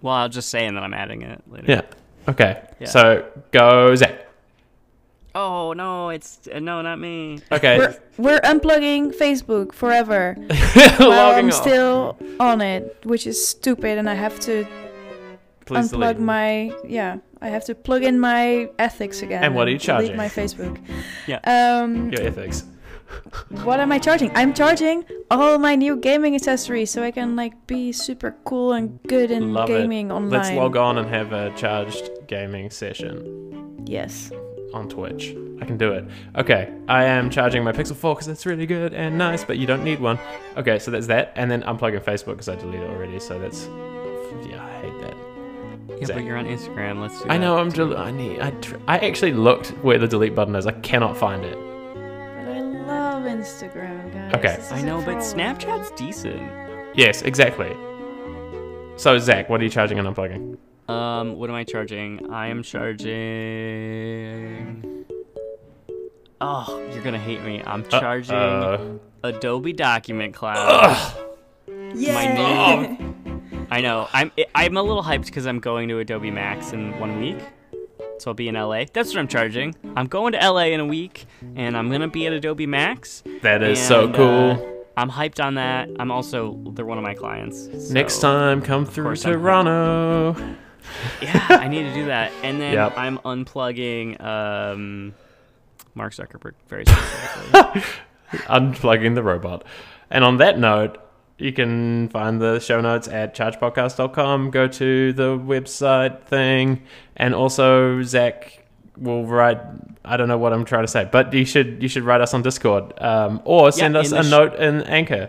B: well, I'll just say and then I'm adding it later.
A: Yeah. Okay.
B: Yeah.
A: So go Zach.
B: Oh no, it's uh, no, not me.
A: Okay.
C: We're we're unplugging Facebook forever. Well,
A: Logging
C: I'm
A: off.
C: still on it, which is stupid, and I have to
A: Please
C: unplug
A: delete.
C: my yeah. I have to plug in my ethics again.
A: And what are you charging?
C: Delete my Facebook.
B: Yeah.
C: Um,
A: Your ethics.
C: what am I charging? I'm charging all my new gaming accessories, so I can like be super cool and good in
A: Love
C: gaming
A: it.
C: online.
A: Let's log on and have a charged gaming session
C: Yes.
A: on Twitch. I can do it. Okay. I am charging my Pixel 4 because it's really good and nice, but you don't need one. Okay. So that's that. And then unplugging Facebook because I deleted it already. So that's. Yeah, I hate that.
B: Yeah, but you're on Instagram. Let's. Do
A: I
B: that.
A: know. I'm. Del- I need. I, tr- I actually looked where the delete button is. I cannot find it.
C: But I love Instagram, guys.
A: Okay.
C: This is
B: I
C: a
B: know, but
C: problem.
B: Snapchat's decent.
A: Yes, exactly. So Zach, what are you charging and unplugging?
B: Um, what am I charging? I am charging. Oh, you're gonna hate me. I'm charging
A: Uh,
B: Adobe Document Cloud.
C: Yay!
B: I know. I'm I- I'm a little hyped because I'm going to Adobe Max in one week, so I'll be in LA. That's what I'm charging. I'm going to LA in a week, and I'm gonna be at Adobe Max.
A: that is so
B: And,
A: cool.
B: uh, I'm hyped on that. I'm also they're one of my clients. so-
A: Next time, come through
B: course I'm-
A: Toronto.
B: yeah, I need to do that. And then
A: Yep.
B: I'm unplugging um, Mark Zuckerberg very specifically.
A: Unplugging the robot. And on that note, you can find the show notes at chargepodcast.com. Go to the website thing, and also Zach will write. I don't know what I'm trying to say, but you should you should write us on Discord um, or send us
B: in
A: a
B: the sh-
A: note in Anchor.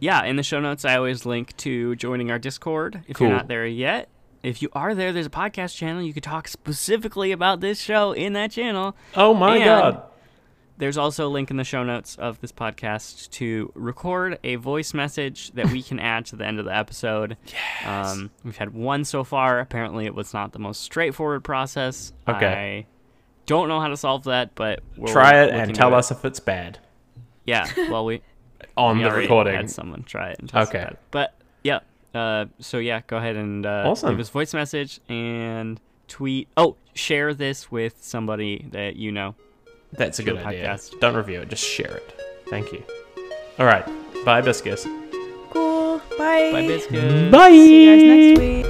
B: yeah, in the show notes, I always link to joining our Discord if
A: Cool.
B: you're not there yet. If you are there, there's a podcast channel. You could talk specifically about this show in that channel.
A: Oh my
B: And-
A: god!
B: There's also a link in the show notes of this podcast to record a voice message that we can add to the end of the episode. Yes. Um, we've had one so far. Apparently, it was not the most straightforward process.
A: Okay.
B: I don't know how to solve that, but we're
A: Try it
B: looking
A: and
B: to
A: tell
B: do it.
A: us if it's bad
B: Yeah. Well, we
A: on
B: we
A: the
B: already
A: recording.
B: Had someone try it. And test
A: Okay.
B: that. But yeah. Uh, so yeah, go ahead and uh,
A: Awesome.
B: leave us a voice message and tweet. Oh, share this with somebody that you know.
A: That's a
B: to
A: good
B: the
A: idea.
B: podcast.
A: Don't review it, just share it. Thank you. All right. Bye, Biscuits.
C: cool.
B: Bye, biscuits.
A: Bye.
C: See you guys next week.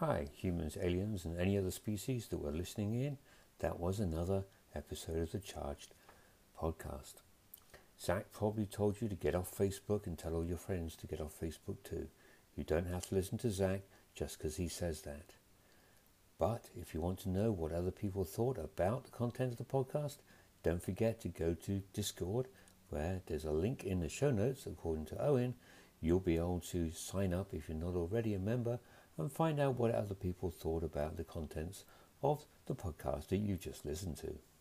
F: Hi, humans, aliens, and any other species that were listening in. That was another episode of the Charged podcast. Zach probably told you to get off Facebook and tell all your friends to get off Facebook too. You don't have to listen to Zach just because he says that. But if you want to know what other people thought about the content of the podcast, don't forget to go to Discord, where there's a link in the show notes, according to Owen. You'll be able to sign up if you're not already a member and find out what other people thought about the contents of the podcast that you just listened to.